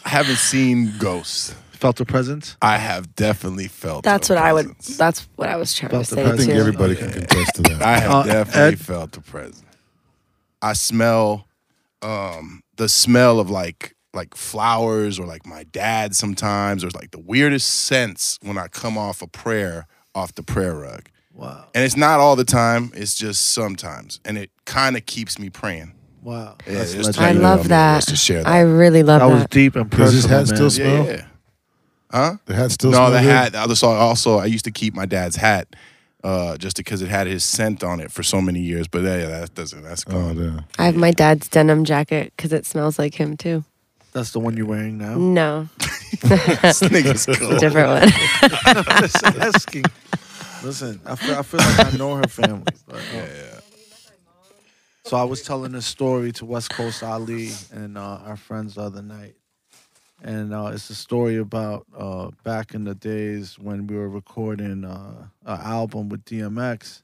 S4: I haven't seen ghosts.
S1: felt a presence.
S4: I have definitely felt.
S3: That's
S4: a
S3: what I would.
S4: presence.
S3: That's what I was trying
S1: About
S3: to
S1: the
S3: say
S5: I think
S3: too.
S5: everybody can confess to that.
S4: I have
S1: Uh,
S4: definitely
S1: Ed?
S4: felt the presence. I smell um, the smell of like like flowers or like my dad sometimes or like the weirdest sense when I come off a prayer off the prayer rug.
S1: Wow.
S4: And it's not all the time, it's just sometimes. And it kind of keeps me praying.
S1: Wow.
S4: Yeah,
S1: That's legend-
S4: it's like-
S3: I
S4: Yeah,
S3: love
S4: I'm
S3: that.
S4: just to share that.
S3: I really love
S1: that
S3: that.
S1: was deep and personal.
S5: Does his hat
S1: man.
S5: still smell?
S4: yeah. Huh?
S5: The hat still
S4: no,
S5: smell
S4: the
S5: good?
S4: hat. The other saw also. I used to keep my dad's hat, uh, just because it had his scent on it for so many years. But yeah, that doesn't. That's
S5: Oh,
S4: gone.
S5: damn.
S3: I have my dad's denim jacket because it smells like him too.
S1: That's the one you're wearing now. (laughs)
S3: No, (laughs)
S4: This nigga's cool.
S3: different one.
S1: Just asking. Listen, I feel, I feel like I know her family. but, uh, So I was telling this story to West Coast Ali and uh, our friends the other night, and uh, it's a story about uh, back in the days when we were recording uh, an album with DMX,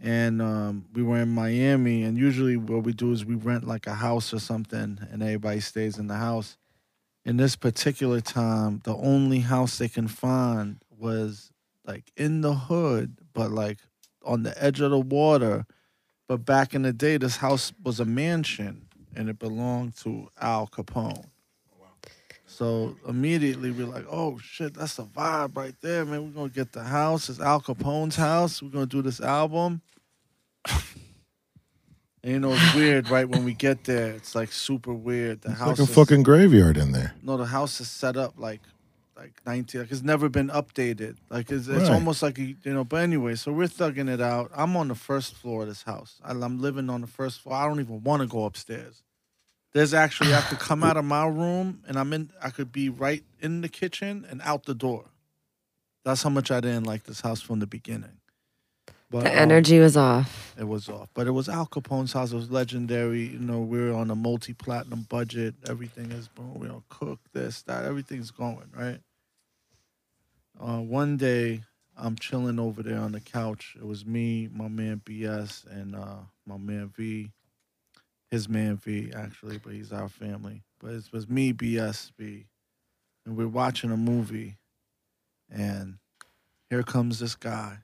S1: and um, we were in Miami. And usually, what we do is we rent like a house or something, and everybody stays in the house. In this particular time, the only house they can find was like in the hood, but like on the edge of the water. But back in the day, this house was a mansion and it belonged to Al Capone. So immediately we're like, oh shit, that's the vibe right there, man. We're gonna get the house. It's Al Capone's house. We're gonna do this album. (laughs) And you know, it's weird, right? When we get there, it's like super weird. The
S5: It's
S1: house
S5: like a
S1: is-
S5: fucking graveyard in there.
S1: no, the house is set up like like 19 like it's never been updated like it's, it's
S5: Right.
S1: almost like you you know but anyway so we're thugging it out i'm on the first floor of this house I, i'm living on the first floor i don't even want to go upstairs there's actually i could come out of my room and i'm in i could be right in the kitchen and out the door that's how much i didn't like this house from the beginning but
S3: the
S1: um,
S3: energy was off.
S1: it was off. But it was Al Capone's house. It was legendary. You know, we are on a multi platinum budget. Everything is boom. We don't cook this, that. Everything's going right. Uh, one day, I'm chilling over there on the couch. It was me, my man BS, and uh, my man V. His man V, actually, but he's our family. But it was me, BS, V. And we're watching a movie, and here comes this guy.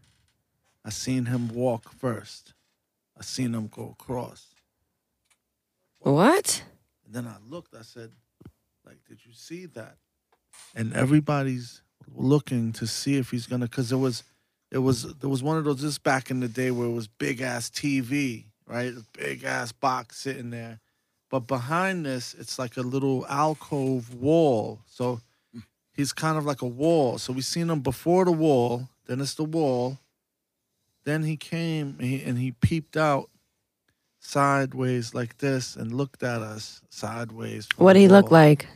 S1: I seen him walk first. I seen him go across.
S3: What?
S1: And then I looked, I said, like, did you see that? And everybody's looking to see if he's gonna cause it was it was there was one of those this is back in the day where it was big ass TV, right? Big ass box sitting there. But behind this, it's like a little alcove wall. So he's kind of like a wall. So we seen him before the wall, then it's the wall. Then he came and he, and he peeped out sideways like this and looked at us sideways. from
S3: What
S1: the
S3: did he look
S1: wall.
S3: like?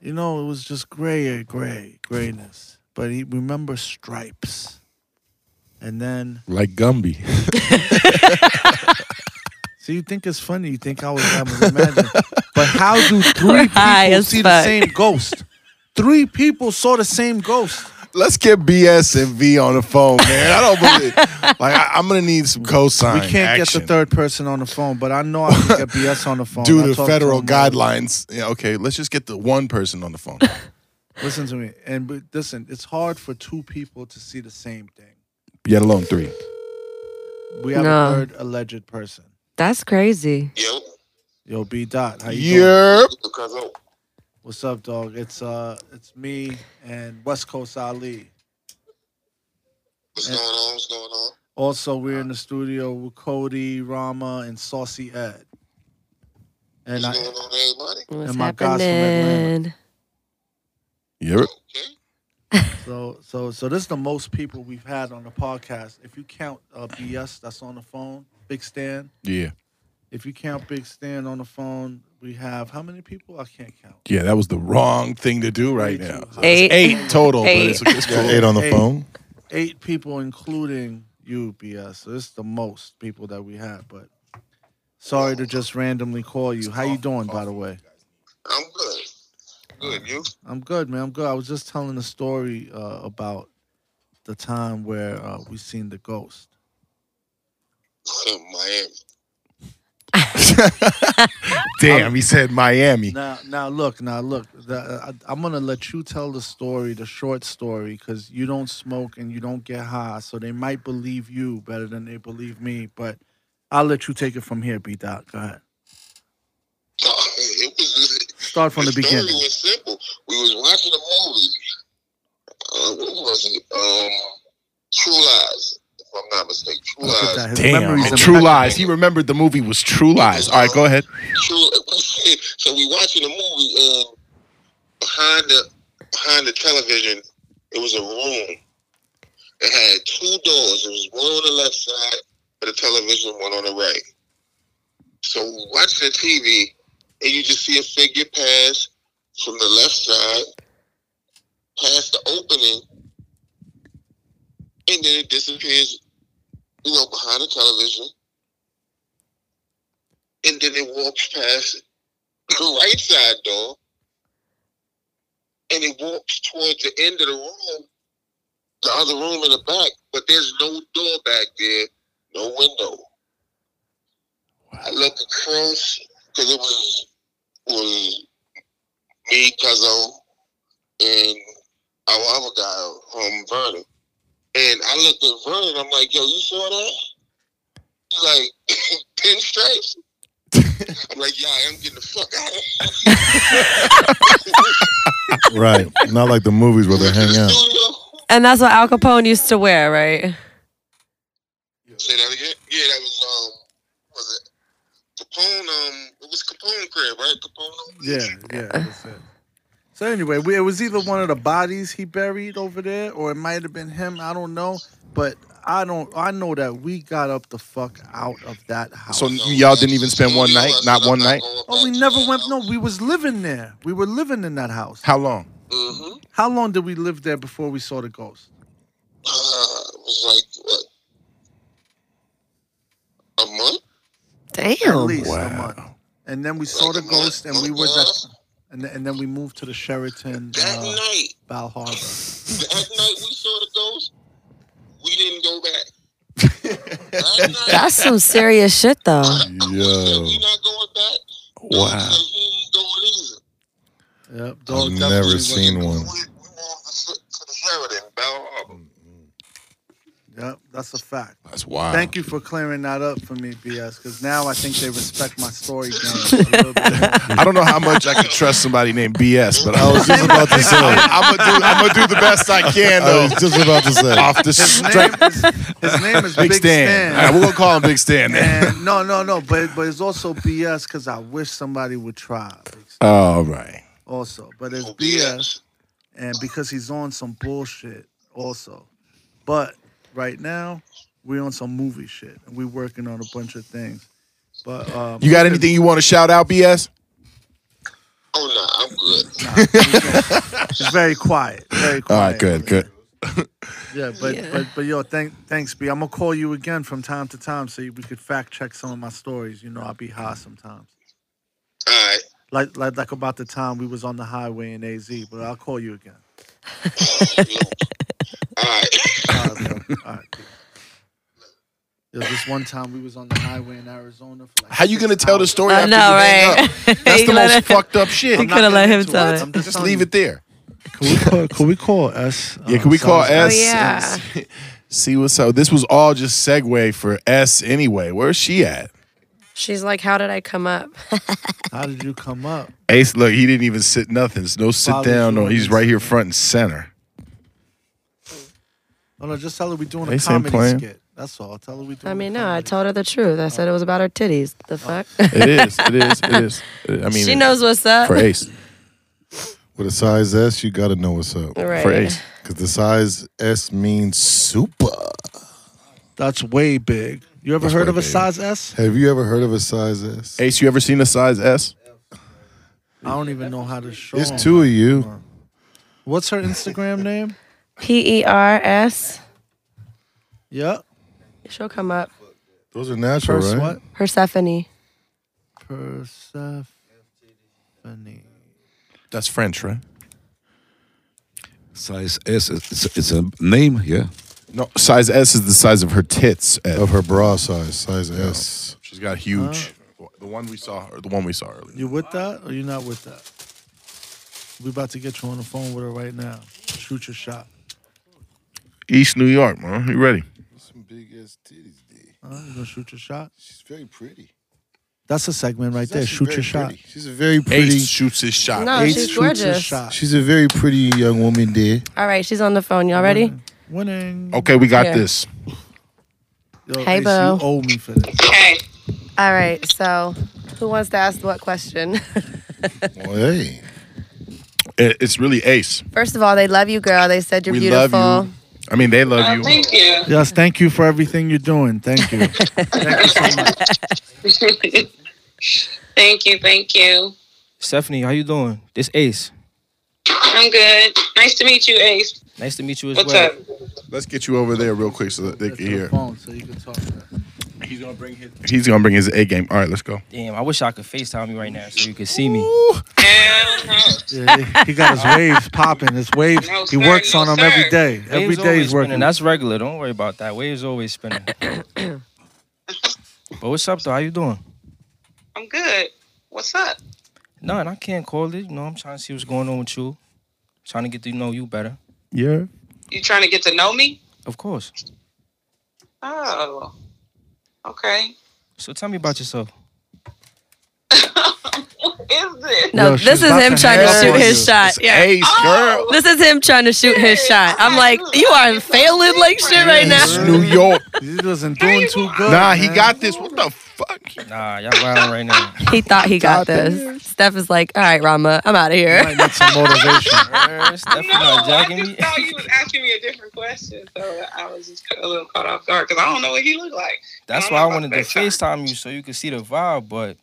S1: You know, it was just gray, uh, gray, grayness. But he remember stripes. And then,
S4: Like Gumby.
S1: so you think it's funny? You think I was, I was
S3: (laughs)
S1: imagining? but how do three
S3: high
S1: people
S3: as
S1: see the
S3: fuck.
S1: same ghost? Three people saw the same ghost.
S8: Let's get BS and V on the phone, man. I don't
S4: (laughs)
S8: believe. like I, I'm gonna need some cosign.
S1: We can't
S8: action.
S1: get the third person on the phone, but I know I can get BS on the phone. I
S8: due to
S1: talked
S8: federal
S1: him all-
S8: guidelines. Yeah, okay, let's just get the one person on the phone.
S1: Listen to me. And but listen, it's hard for two people to see the same thing.
S4: Yet alone three.
S1: We have
S3: No.
S1: a third alleged person.
S3: That's crazy.
S7: Yo,
S1: Yo, B dot. How you doing?
S4: Yeah.
S7: because of
S1: What's up, dog? It's uh it's me and West Coast Ali.
S7: what's going on, what's going on.
S1: Also, we're in the studio with Cody, Rama, and Saucy Ed. And I
S7: What's going on, everybody?
S3: What's
S1: And my guys from
S3: happening?
S1: Atlanta.
S4: Yep.
S7: Okay.
S1: so so so this is the most people we've had on the podcast. If you count uh, BS that's on the phone, Big Stan,
S4: Yeah.
S1: If you count Big Stan on the phone, we have how many people? I can't count.
S4: Yeah, that was the wrong thing to do right
S1: Way
S4: now.
S1: too high.
S3: Eight.
S8: Eight total,
S3: Eight.
S8: but it's, it's cool.
S5: Eight on the
S1: Hey.
S5: phone.
S1: Eight people, including you, BS. So this is the most people that we have. But sorry to just randomly call you. How you doing, by the way?
S7: I'm good. Good, you? (laughs)
S1: I'm good, man. I'm good. I was just telling a story uh, about the time where uh, we seen the ghost.
S7: Miami. (laughs)
S4: (laughs) Damn, he said Miami.
S1: Now, now look, now look. The, I, I'm gonna let you tell the story, the short story, because you don't smoke and you don't get high, so they might believe you better than they believe me. But I'll let you take it from here, B Doc. Go ahead.
S7: it was
S1: Start from the
S7: story
S1: beginning.
S7: was simple. We was watching a movie. Uh, what was it? Um, True Lies, if I'm not mistaken. True
S1: Look at
S7: Lies.
S1: that. His
S4: Damn.
S1: memories
S4: And
S1: impeccable.
S4: True Lies. He remembered the movie was True Lies. All right, go ahead.
S7: True. (laughs) so we watching a movie, and behind the behind the television, it was a room. It had two doors. There was one on the left side of the television, one on the right. So watching the TV, and you just see a figure pass from the left side, past the opening, and then it disappears. You know, behind the television and then it walks past the right side door, and it walks towards the end of the room, the other room in the back. But there's no door back there, no window. I look across because it was was me, Cuzzo, and our other guy from Vernon. And I looked at Vernon. I'm like, "Yo, you saw that?" He's like, (laughs) "Pinstripes." I'm like, yeah, I'm getting the fuck out of here.
S5: Right. Not like the movies where they hang out.
S7: Studio.
S3: And that's what Al Capone used to wear, right?
S7: Say that again. Yeah, that was um, what was it Capone? Um, it was Capone crib, right? Capone.
S1: Yeah, yeah. That's it. So anyway, we, it was either one of the bodies he buried over there, or it might have been him. I don't know, but I don't. I know that we got up the fuck out of that house.
S4: So y'all didn't even spend one
S7: Studio,
S4: night?
S7: I said,
S4: Not
S7: I'm
S4: one night?
S7: going
S1: Oh, we
S7: back to
S1: never
S7: that
S1: went.
S7: house.
S1: No, we was living there. We were living in that house.
S4: How long?
S7: Mhm.
S1: How long did we live there before we saw the ghost?
S7: Uh, it was like what? A month.
S1: At
S3: Damn.
S1: least a month. And then we saw the ghost, and we was at, and, th- and then we moved to the Sheraton
S7: That
S1: uh,
S7: night,
S1: Bal Harbor.
S7: that night we saw the ghost.
S1: (laughs)
S7: I'm not,
S3: That's some serious shit, though.
S7: we said we not going back. Wow. he ain't going either.
S1: Yep.
S5: I've never seen
S7: We-
S5: one.
S7: We, we moved to, Sh- to the Sheridan, Bell Harbor.
S1: Yep. That's a fact.
S4: That's wild.
S1: Thank you for clearing that up for me, BS. Because now I think they respect my story game a little
S4: (laughs)
S1: bit.
S4: I don't know how much I could trust somebody named BS, but I was
S5: just about to
S4: (laughs)
S5: say.
S4: I'm gonna do. I'm gonna do the best I can
S5: I
S4: though.
S5: was just about to say.
S4: Off the
S1: His
S4: straight.
S1: name is, his name is Big,
S4: Big Stan. All right,
S1: Stan.
S4: we're gonna call him Big Stan. Then.
S1: And no, no, no. But but it's also BS because I wish somebody would try. Big Stan
S4: (laughs) All right.
S1: Also, but it's
S7: Oh,
S1: BS. and because he's on some bullshit also. But right now, we're on some movie shit and we're working on a bunch of things. But um,
S4: You got anything you want to shout out, BS?
S7: Oh, nah, I'm good.
S1: It's very quiet. Very
S4: All
S1: quiet.
S4: right. Good. Good.
S1: Yeah, but
S3: Yeah.
S1: but but yo, thank, thanks, B. I'm gonna call you again from time to time so we could fact check some of my stories. You know, I'll be high sometimes.
S7: All right.
S1: Like like like about the time we was on the highway in AZ. But I'll call you
S4: (laughs)
S1: again.
S7: All right.
S1: All right, bro. All right, peace. Yo, this one time we was on the highway in Arizona. For like
S3: (laughs)
S4: How you
S1: six
S4: gonna tell the
S1: hours.
S4: story?
S3: I
S4: after
S3: know,
S4: you hang
S3: (laughs) right?
S4: up? That's
S3: You
S4: the
S3: let
S4: most
S3: it-
S4: fucked up shit.
S3: You could have let him
S1: What?
S3: tell it.
S1: I'm
S4: Just
S1: telling
S4: leave
S1: you.
S4: it there.
S1: Can we call, can we call S? Uh,
S4: Yeah, can we call S? and
S3: yeah.
S4: see- See what's up. This was all just segue for S anyway. Where's she at?
S3: She's like, "How did I come up?"
S1: How did you come up?
S4: Ace, look, he didn't even sit nothing. It's no sit
S1: Follows
S4: down.
S1: you
S4: No,
S1: on
S4: he's
S1: Instagram.
S4: right here front and center.
S1: Oh no, just tell her we're doing
S4: They
S1: a
S4: saying
S1: comedy
S4: playing.
S1: skit. That's all. Tell her we doing.
S3: I mean,
S1: a
S3: no, I
S1: comedy.
S3: told her the truth. I said it was about her titties. The (laughs) fuck?
S4: It is. It is. It is. I mean,
S3: she knows what's up.
S4: for Ace.
S5: With a size S, you got to know what's up.
S3: Right.
S4: For Ace.
S5: Because the size S means super.
S1: That's way big. You ever heard of a size S?
S5: Have you ever heard of a size S?
S4: Ace, you ever seen a size S?
S1: I don't even know how to show.
S5: It's
S1: 'em.
S5: two of you.
S1: What's her Instagram name?
S3: P E R S.
S1: (laughs) Yep.
S3: She'll come up.
S5: Those are natural,
S1: First
S5: right?
S1: what?
S3: Persephone.
S1: Persephone.
S4: That's French, right?
S2: Size S, it's, it's a name, yeah.
S4: No, size S is the size of her tits. Ed.
S5: Of her bra size, size S.
S4: She's got huge. The one we saw, or the one we saw earlier.
S1: You with that or you not with that? We about to get you on the phone with her right now. Shoot your shot.
S4: East New York, man. You ready?
S5: Some big ass titties, D.
S1: Huh? You gonna shoot your shot?
S5: She's very pretty.
S1: That's a segment right there. Shoot your shot.
S5: She's a very pretty.
S4: Ace shoots his shot.
S1: Ace
S3: No, Oh, she's
S1: shoots your
S3: gorgeous.
S1: shot.
S5: She's a very pretty young woman, dear.
S3: All right, she's on the phone. Y'all ready?
S5: Oh.
S1: Winning.
S4: Okay, we got
S3: Yeah.
S4: this.
S1: Yo,
S3: Hey,
S1: Ace,
S3: boo.
S1: You owe me for this.
S7: Hey.
S3: All right. So, who wants to ask what question? (laughs)
S5: Well, hey,
S4: It- It's really Ace.
S3: First of all, they love you, girl. They said you're
S4: we
S3: beautiful.
S4: love you. I mean, they love you.
S7: Thank you.
S1: Yes, thank you for everything you're
S5: (laughs)
S1: doing. Thank you. thank you so much.
S10: (laughs) Thank you, thank you.
S6: Stephanie, how you doing? This Ace.
S10: I'm good. Nice to meet you, Ace.
S6: Nice to meet you as
S10: What's
S6: well.
S10: up?
S4: Let's get you over there real quick so that they
S1: Get
S4: can
S1: to the
S4: hear.
S1: phone so you can talk. to her.
S4: He's gonna bring his. He's gonna bring his A game. All right, let's go.
S6: Damn, I wish I could FaceTime you right now so you could see me.
S10: Hell no.
S1: Yeah, he, he got his waves popping. His waves.
S10: No,
S1: he
S10: sir,
S1: works
S10: no,
S1: on them
S10: sir.
S1: every day. Every
S6: Waves
S1: day
S6: always
S1: he's working.
S6: Spinning. That's regular. Don't worry about that. Waves always spinning. but what's up though? How you doing?
S10: I'm good. What's up?
S6: None. I can't call it. You know, I'm trying to see what's going on with you. Trying to get to know you better.
S4: Yeah.
S10: You trying to get to know me?
S6: Of course.
S10: Oh. Okay.
S6: So tell me about yourself.
S10: What is this?
S3: No,
S1: Yo, she's
S3: this is
S1: about
S3: him
S1: to
S3: trying to
S1: hang
S3: shoot
S1: up on
S3: his
S1: you.
S3: shot. Yeah. Oh,
S4: Ace, girl.
S10: Oh,
S3: This is him trying to shoot his shot. I'm like, you are failing like shit right
S4: It's
S3: now.
S4: New York.
S1: He wasn't doing too good.
S4: Nah, he
S1: man.
S4: got this. What the fuck?
S6: Nah, y'all wilding right
S10: (laughs)
S6: now.
S3: He thought he got this. Steph is like, all right, Rama, I'm out of here.
S1: Might need some motivation.
S6: Word, Stephanie
S10: No,
S6: not
S10: I
S6: jacking
S10: just
S6: me.
S10: thought you was asking me a different question, so I was just a little caught off guard because I don't know what he looked like.
S6: That's
S10: I don't
S6: why
S10: know
S6: I
S10: about
S6: wanted to
S10: FaceTime.
S6: FaceTime you so you could see the vibe, but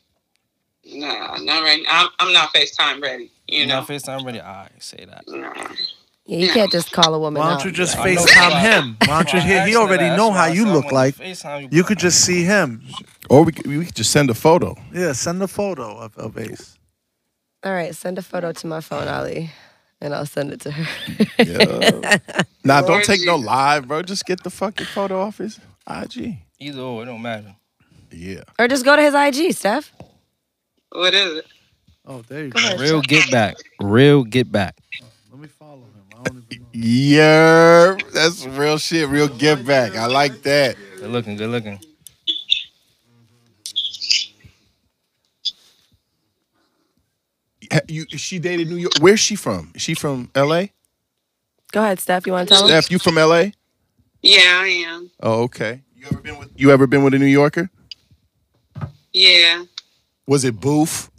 S10: Nah, not right now. I'm, I'm not FaceTime ready. You
S6: you
S10: know.
S6: know, FaceTime ready. I say that.
S10: Nah.
S3: Yeah, you can't just call a woman
S1: Why
S3: out.
S1: don't you just
S6: I know
S1: FaceTime
S6: that.
S1: him? Why don't you?
S6: Well, I
S1: He,
S6: asked
S1: he
S6: her
S1: already
S6: that.
S1: know
S6: That's
S1: how
S6: why I
S1: you
S6: said I
S1: look
S6: wanted
S1: like.
S6: to FaceTime you,
S1: You
S6: but
S1: could just see him.
S4: Or we could, we could just send a photo.
S1: Yeah, send a photo of, of Ace.
S3: all right, send a photo to my phone, Ali, and I'll send it to her. (laughs)
S4: Nah, don't take no live, bro. Just get the fucking photo off his IG.
S6: Either or, it don't matter.
S4: Yeah.
S3: Or just go to his IG, Steph.
S10: What is it?
S1: Oh, there you
S3: Go
S1: go.
S3: ahead.
S6: Real get back. Real get back.
S1: Let me follow him. I don't even know.
S4: Yeah. That's real shit. Real give back. I like that.
S6: Good looking, good looking.
S4: Ha- You, she dated New York. Where's she from? Is she from L.A.?
S3: Go ahead, Steph. You want to tell him?
S4: Steph, you from L.A.?
S10: Yeah, I am.
S4: Oh, okay. You ever been with You ever been with a New Yorker?
S10: Yeah.
S4: Was it Boof?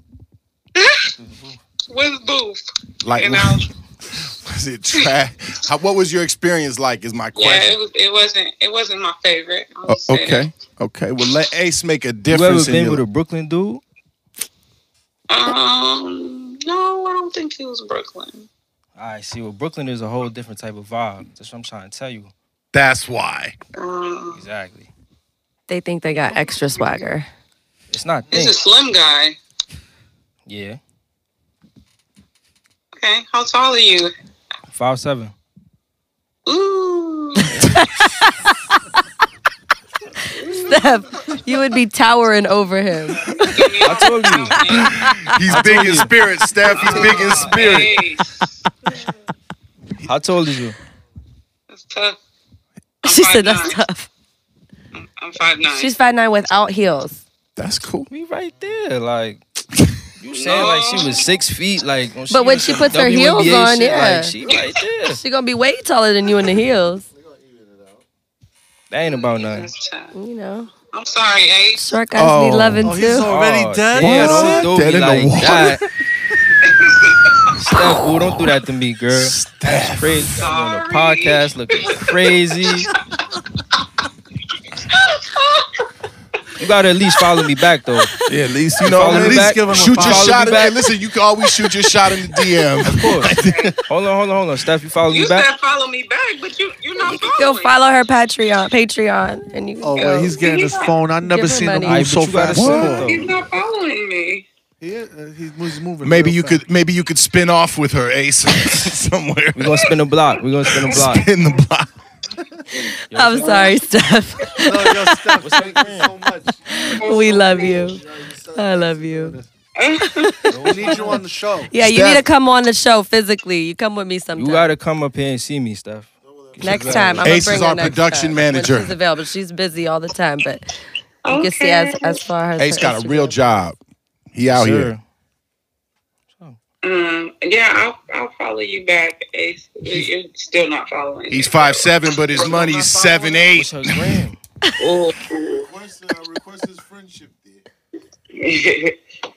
S10: With Booth.
S4: Like (laughs)
S10: And um, I was,
S4: was it trash? How, what was your experience like? Is my
S10: yeah, it,
S4: question.
S10: was, it wasn't it wasn't my favorite. I would
S4: Oh,
S10: say
S4: okay. Okay. Well, let Ace make a
S6: You ever
S4: difference. in
S6: been
S4: your
S6: with a Brooklyn dude?
S10: that. Um no, I don't think he was Brooklyn.
S6: I see. Well, Brooklyn is a whole different type of vibe. That's what I'm trying to tell you.
S4: That's (laughs) why.
S10: Um
S6: Exactly.
S3: They think they got extra swagger.
S6: It's not
S10: it's
S6: thick.
S10: a slim guy.
S6: Yeah.
S10: Okay. How tall are you?
S6: Five seven.
S10: Ooh.
S3: Steph, you would be towering over
S1: (laughs)
S3: him.
S10: I
S6: told you.
S4: He's big in spirit, Steph. He's big in spirit.
S6: How tall is you?
S10: That's tough. I'm
S3: She said
S10: 5'9".
S3: that's tough.
S10: I'm five nine.
S3: She's five nine without heels.
S4: That's cool.
S6: We right there. Like you saying like she was six feet. Like when
S3: But when
S6: was
S3: she
S6: some
S3: puts her heels
S6: WNBA
S3: on,
S6: shit,
S3: yeah.
S6: like, she right there.
S3: She gonna be way taller than you in the heels.
S6: That ain't about nothing.
S10: That's tough.
S3: You know,
S10: I'm sorry, Ace.
S3: short guys be
S4: Oh.
S3: loving
S1: Oh, he's
S3: too.
S1: already
S6: Oh,
S1: dead?
S6: Yeah,
S4: What?
S6: don't do
S4: Dead
S6: me
S4: in the
S6: like
S4: water?
S6: that. Steph, ooh, don't do that to me, girl. That's crazy. I'm on a
S10: Sorry.
S6: podcast looking crazy. You gotta at least follow me back though. Of
S4: Yeah, at least you know.
S6: Follow
S4: at
S6: me
S4: least
S6: back.
S1: give him a
S4: shoot your
S1: follow
S4: shot.
S6: me
S4: In, hey,
S6: back.
S4: listen, you can always shoot your shot in the DM.
S6: course. (laughs) hold on, hold on, hold on. Steph, you follow
S10: You
S6: me
S10: said
S6: back?
S10: follow me back, but you you're not
S3: Go
S10: following.
S3: follow her Patreon, Patreon, and you can
S1: Oh,
S3: go.
S1: wait, he's getting his phone. I've never
S3: Give her
S1: seen him
S3: money.
S1: move
S6: Alright, but
S1: so
S6: you gotta
S1: fast.
S6: sit
S1: before.
S6: though.
S10: He's not following me. (laughs)
S1: He, uh, he's he's moving.
S4: Maybe
S1: real
S4: you
S1: fast.
S4: could maybe you could spin off with her Ace (laughs) somewhere
S6: We're gonna spin a block. We're gonna spin a
S4: (laughs)
S6: block.
S4: in the block.
S3: I'm
S4: (laughs)
S3: sorry, Steph. (laughs)
S1: No, yo, Steph,
S6: What's up,
S1: thank you so much.
S3: we love you. I love you.
S1: We need you on the show.
S3: Yeah, you
S4: Steph.
S3: need to come on the show physically. You come with me sometime.
S6: You gotta come up here and see me, Steph.
S3: next time, I'm
S4: Ace is
S3: gonna bring
S4: our
S3: her next
S4: production
S3: time when
S4: manager.
S3: she's available. She's busy all the time, but you can see as
S10: Okay.
S3: as far as
S4: Ace
S3: her
S4: got a
S3: Instagram.
S4: real job. He out
S6: Sure.
S4: here.
S10: Um, yeah, I'll I'll follow you back, Ace. You're still not following.
S4: He's five seven, but his money's seven
S6: What's
S4: eight.
S6: her gram?
S10: oh,
S11: Request, uh, request his friendship there.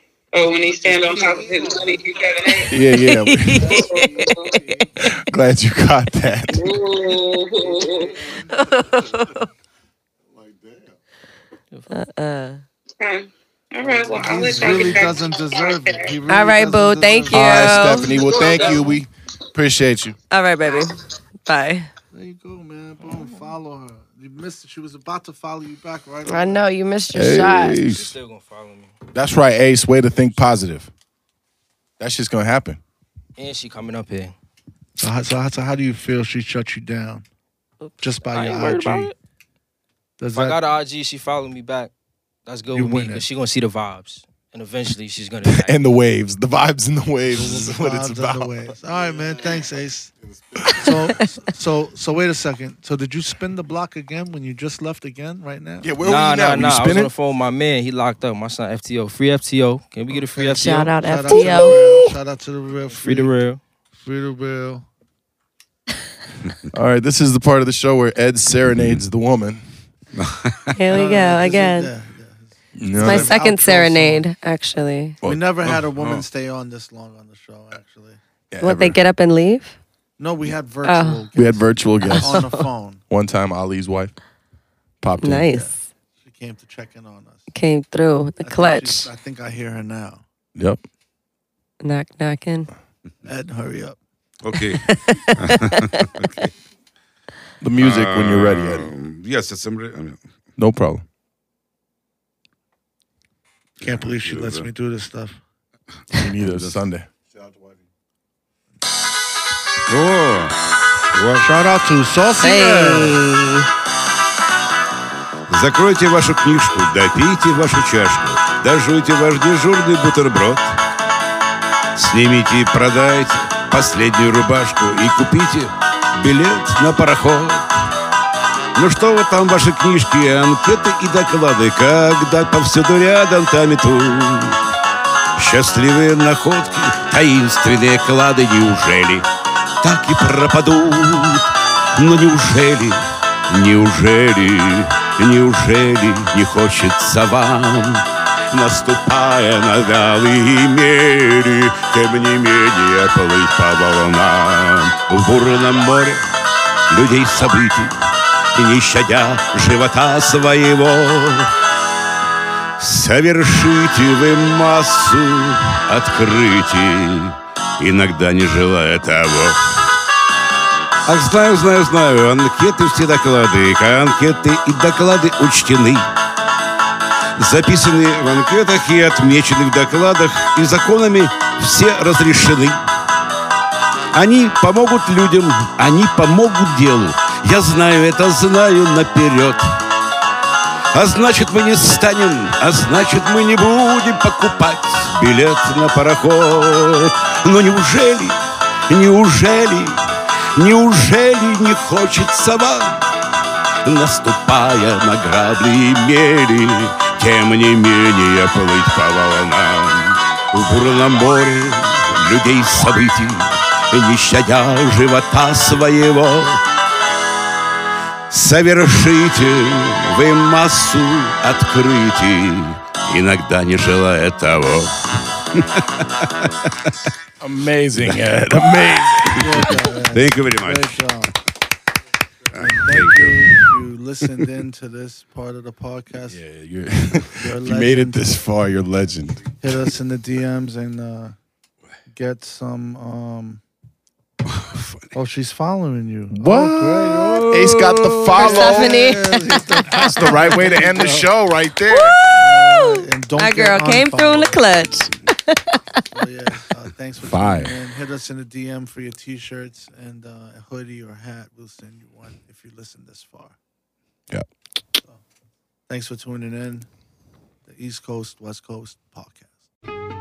S10: (laughs) oh, when he stand on top
S1: (laughs)
S10: of his money, you got an
S4: Yeah,
S6: (laughs)
S4: yeah. Glad you caught that.
S10: Ooh. (laughs)
S11: Like, damn.
S3: Uh-uh.
S10: Okay. All right, well, I'll let
S1: He
S10: y'all
S1: really
S10: get back.
S1: doesn't deserve it. He really
S3: All right,
S1: doesn't deserve
S3: boo. Thank
S1: it.
S3: you.
S4: All right, Stephanie. Well, thank you. We appreciate you.
S3: All right, baby. Bye.
S1: There you go, man. Boom, follow her. You missed it. She was about to follow you back, right?
S3: I know you missed your shot.
S4: Hey.
S6: She's still gonna follow me.
S4: That's right, Ace. Way to think positive. That's just gonna happen.
S6: And she coming up here.
S1: So, how- so, how- so how do you feel she shut you down? Just by
S6: I ain't
S1: your
S6: worried
S1: IG.
S6: about it.
S1: Does
S6: If I
S1: that,
S6: got an IG, she follow me back. That's good
S1: You
S6: with me
S1: win it.
S6: because she gonna see the vibes, and eventually she's
S4: (laughs)
S6: gonna. Like,
S4: And the waves, the vibes and the waves
S1: (laughs)
S4: is what it's
S1: Vibes and the
S4: about.
S1: waves. All right, man. Thanks,
S6: (laughs)
S1: Ace. So, so, so wait a second. So, did you spin the block again when you just left again? Right now?
S4: Yeah, where
S6: nah,
S4: were you
S6: nah,
S4: at?
S6: nah. I
S4: Were
S6: was on
S4: you
S6: the phone with my man. He locked up. My son FTO, free FTO. Can we get a free FTO?
S3: Shout out
S1: Shout out, to the
S3: FTO.
S1: real. Shout out to the real.
S6: Free the real.
S1: Free the real.
S4: spinning? All right, this is the part of the show where Ed serenades the woman.
S3: Here we go
S1: Yeah,
S3: again.
S1: yeah.
S3: It's my
S1: that's an outro
S3: second
S1: song.
S3: serenade, actually.
S1: We never had a
S4: oh.
S1: woman stay on this long on the show, actually.
S4: Yeah,
S3: What they
S4: ever.
S3: get up and leave?
S1: No, we
S3: Oh.
S1: had virtual
S4: We had virtual guests.
S1: on the phone.
S4: One time, Ali's wife popped in.
S3: Nice.
S1: She came to check in on us.
S3: Came through
S1: I
S3: the
S1: think
S3: clutch.
S1: she- I think I hear her now.
S4: Yep.
S3: Knock knocking.
S1: Ed, hurry up.
S2: (laughs)
S8: Okay.
S4: The music
S5: Uh,
S4: when you're ready,
S2: Uh,
S4: Ed.
S8: Um, yes, it's. I'm re- I mean,
S4: No problem.
S1: Can't believe she lets me do this stuff.
S4: We need a Sunday.
S8: Oh,
S1: Shout out to Saucy.
S3: Hey.
S1: Ed.
S8: Закройте вашу книжку, допейте вашу чашку, дожуйте ваш дежурный бутерброд. Снимите и продайте последнюю рубашку и купите билет на пароход. Ну что вы там, ваши книжки, анкеты и доклады, когда повсюду рядом там и тут. Счастливые находки, таинственные клады, неужели так и пропадут? Но неужели, неужели, неужели не хочется вам, наступая на вялые мели, тем не менее плыть по волнам в бурном море людей событий, не щадя живота своего? Совершите вы массу открытий, иногда не желая того. Ах, знаю, знаю, знаю, анкеты все доклады, анкеты и доклады учтены. Записаны в анкетах и отмечены в докладах, и законами все разрешены. Они помогут людям, они помогут делу. Я знаю это, знаю наперед. А значит, мы не станем, а значит, мы не будем покупать билет на пароход. Но неужели, неужели, неужели не хочется вам, наступая на грабли и мели, тем не менее плыть по волнам в бурном море людей событий, не щадя живота своего? Совершите вы массу открытий, иногда не желая того.
S4: (laughs) Amazing, Ed. Amazing.
S8: Thank you very much.
S1: Great job. And Thank you. You listened in to this part of the podcast.
S4: Yeah, you're, (laughs)
S1: You're a
S4: you made it
S1: legend.
S4: this far. You're a legend.
S1: Hit us in the DMs and uh, get some. Um, oh, she's following you. Oh, great.
S4: Ace got the follow.
S12: Persephone. (laughs)
S4: That's the right way to end
S3: (laughs)
S4: the show, right there.
S1: Oh, and don't
S12: My
S1: get
S12: girl came through in the
S1: unfollowed.
S12: clutch.
S1: Oh, yeah. Uh, thanks for
S4: Fire.
S1: tuning in. Hit us in the DM for your t-shirts and uh, a hoodie or hat. We'll send you one if you listen this far.
S4: Yep.
S1: So, thanks for tuning in. The East Coast, West Coast podcast.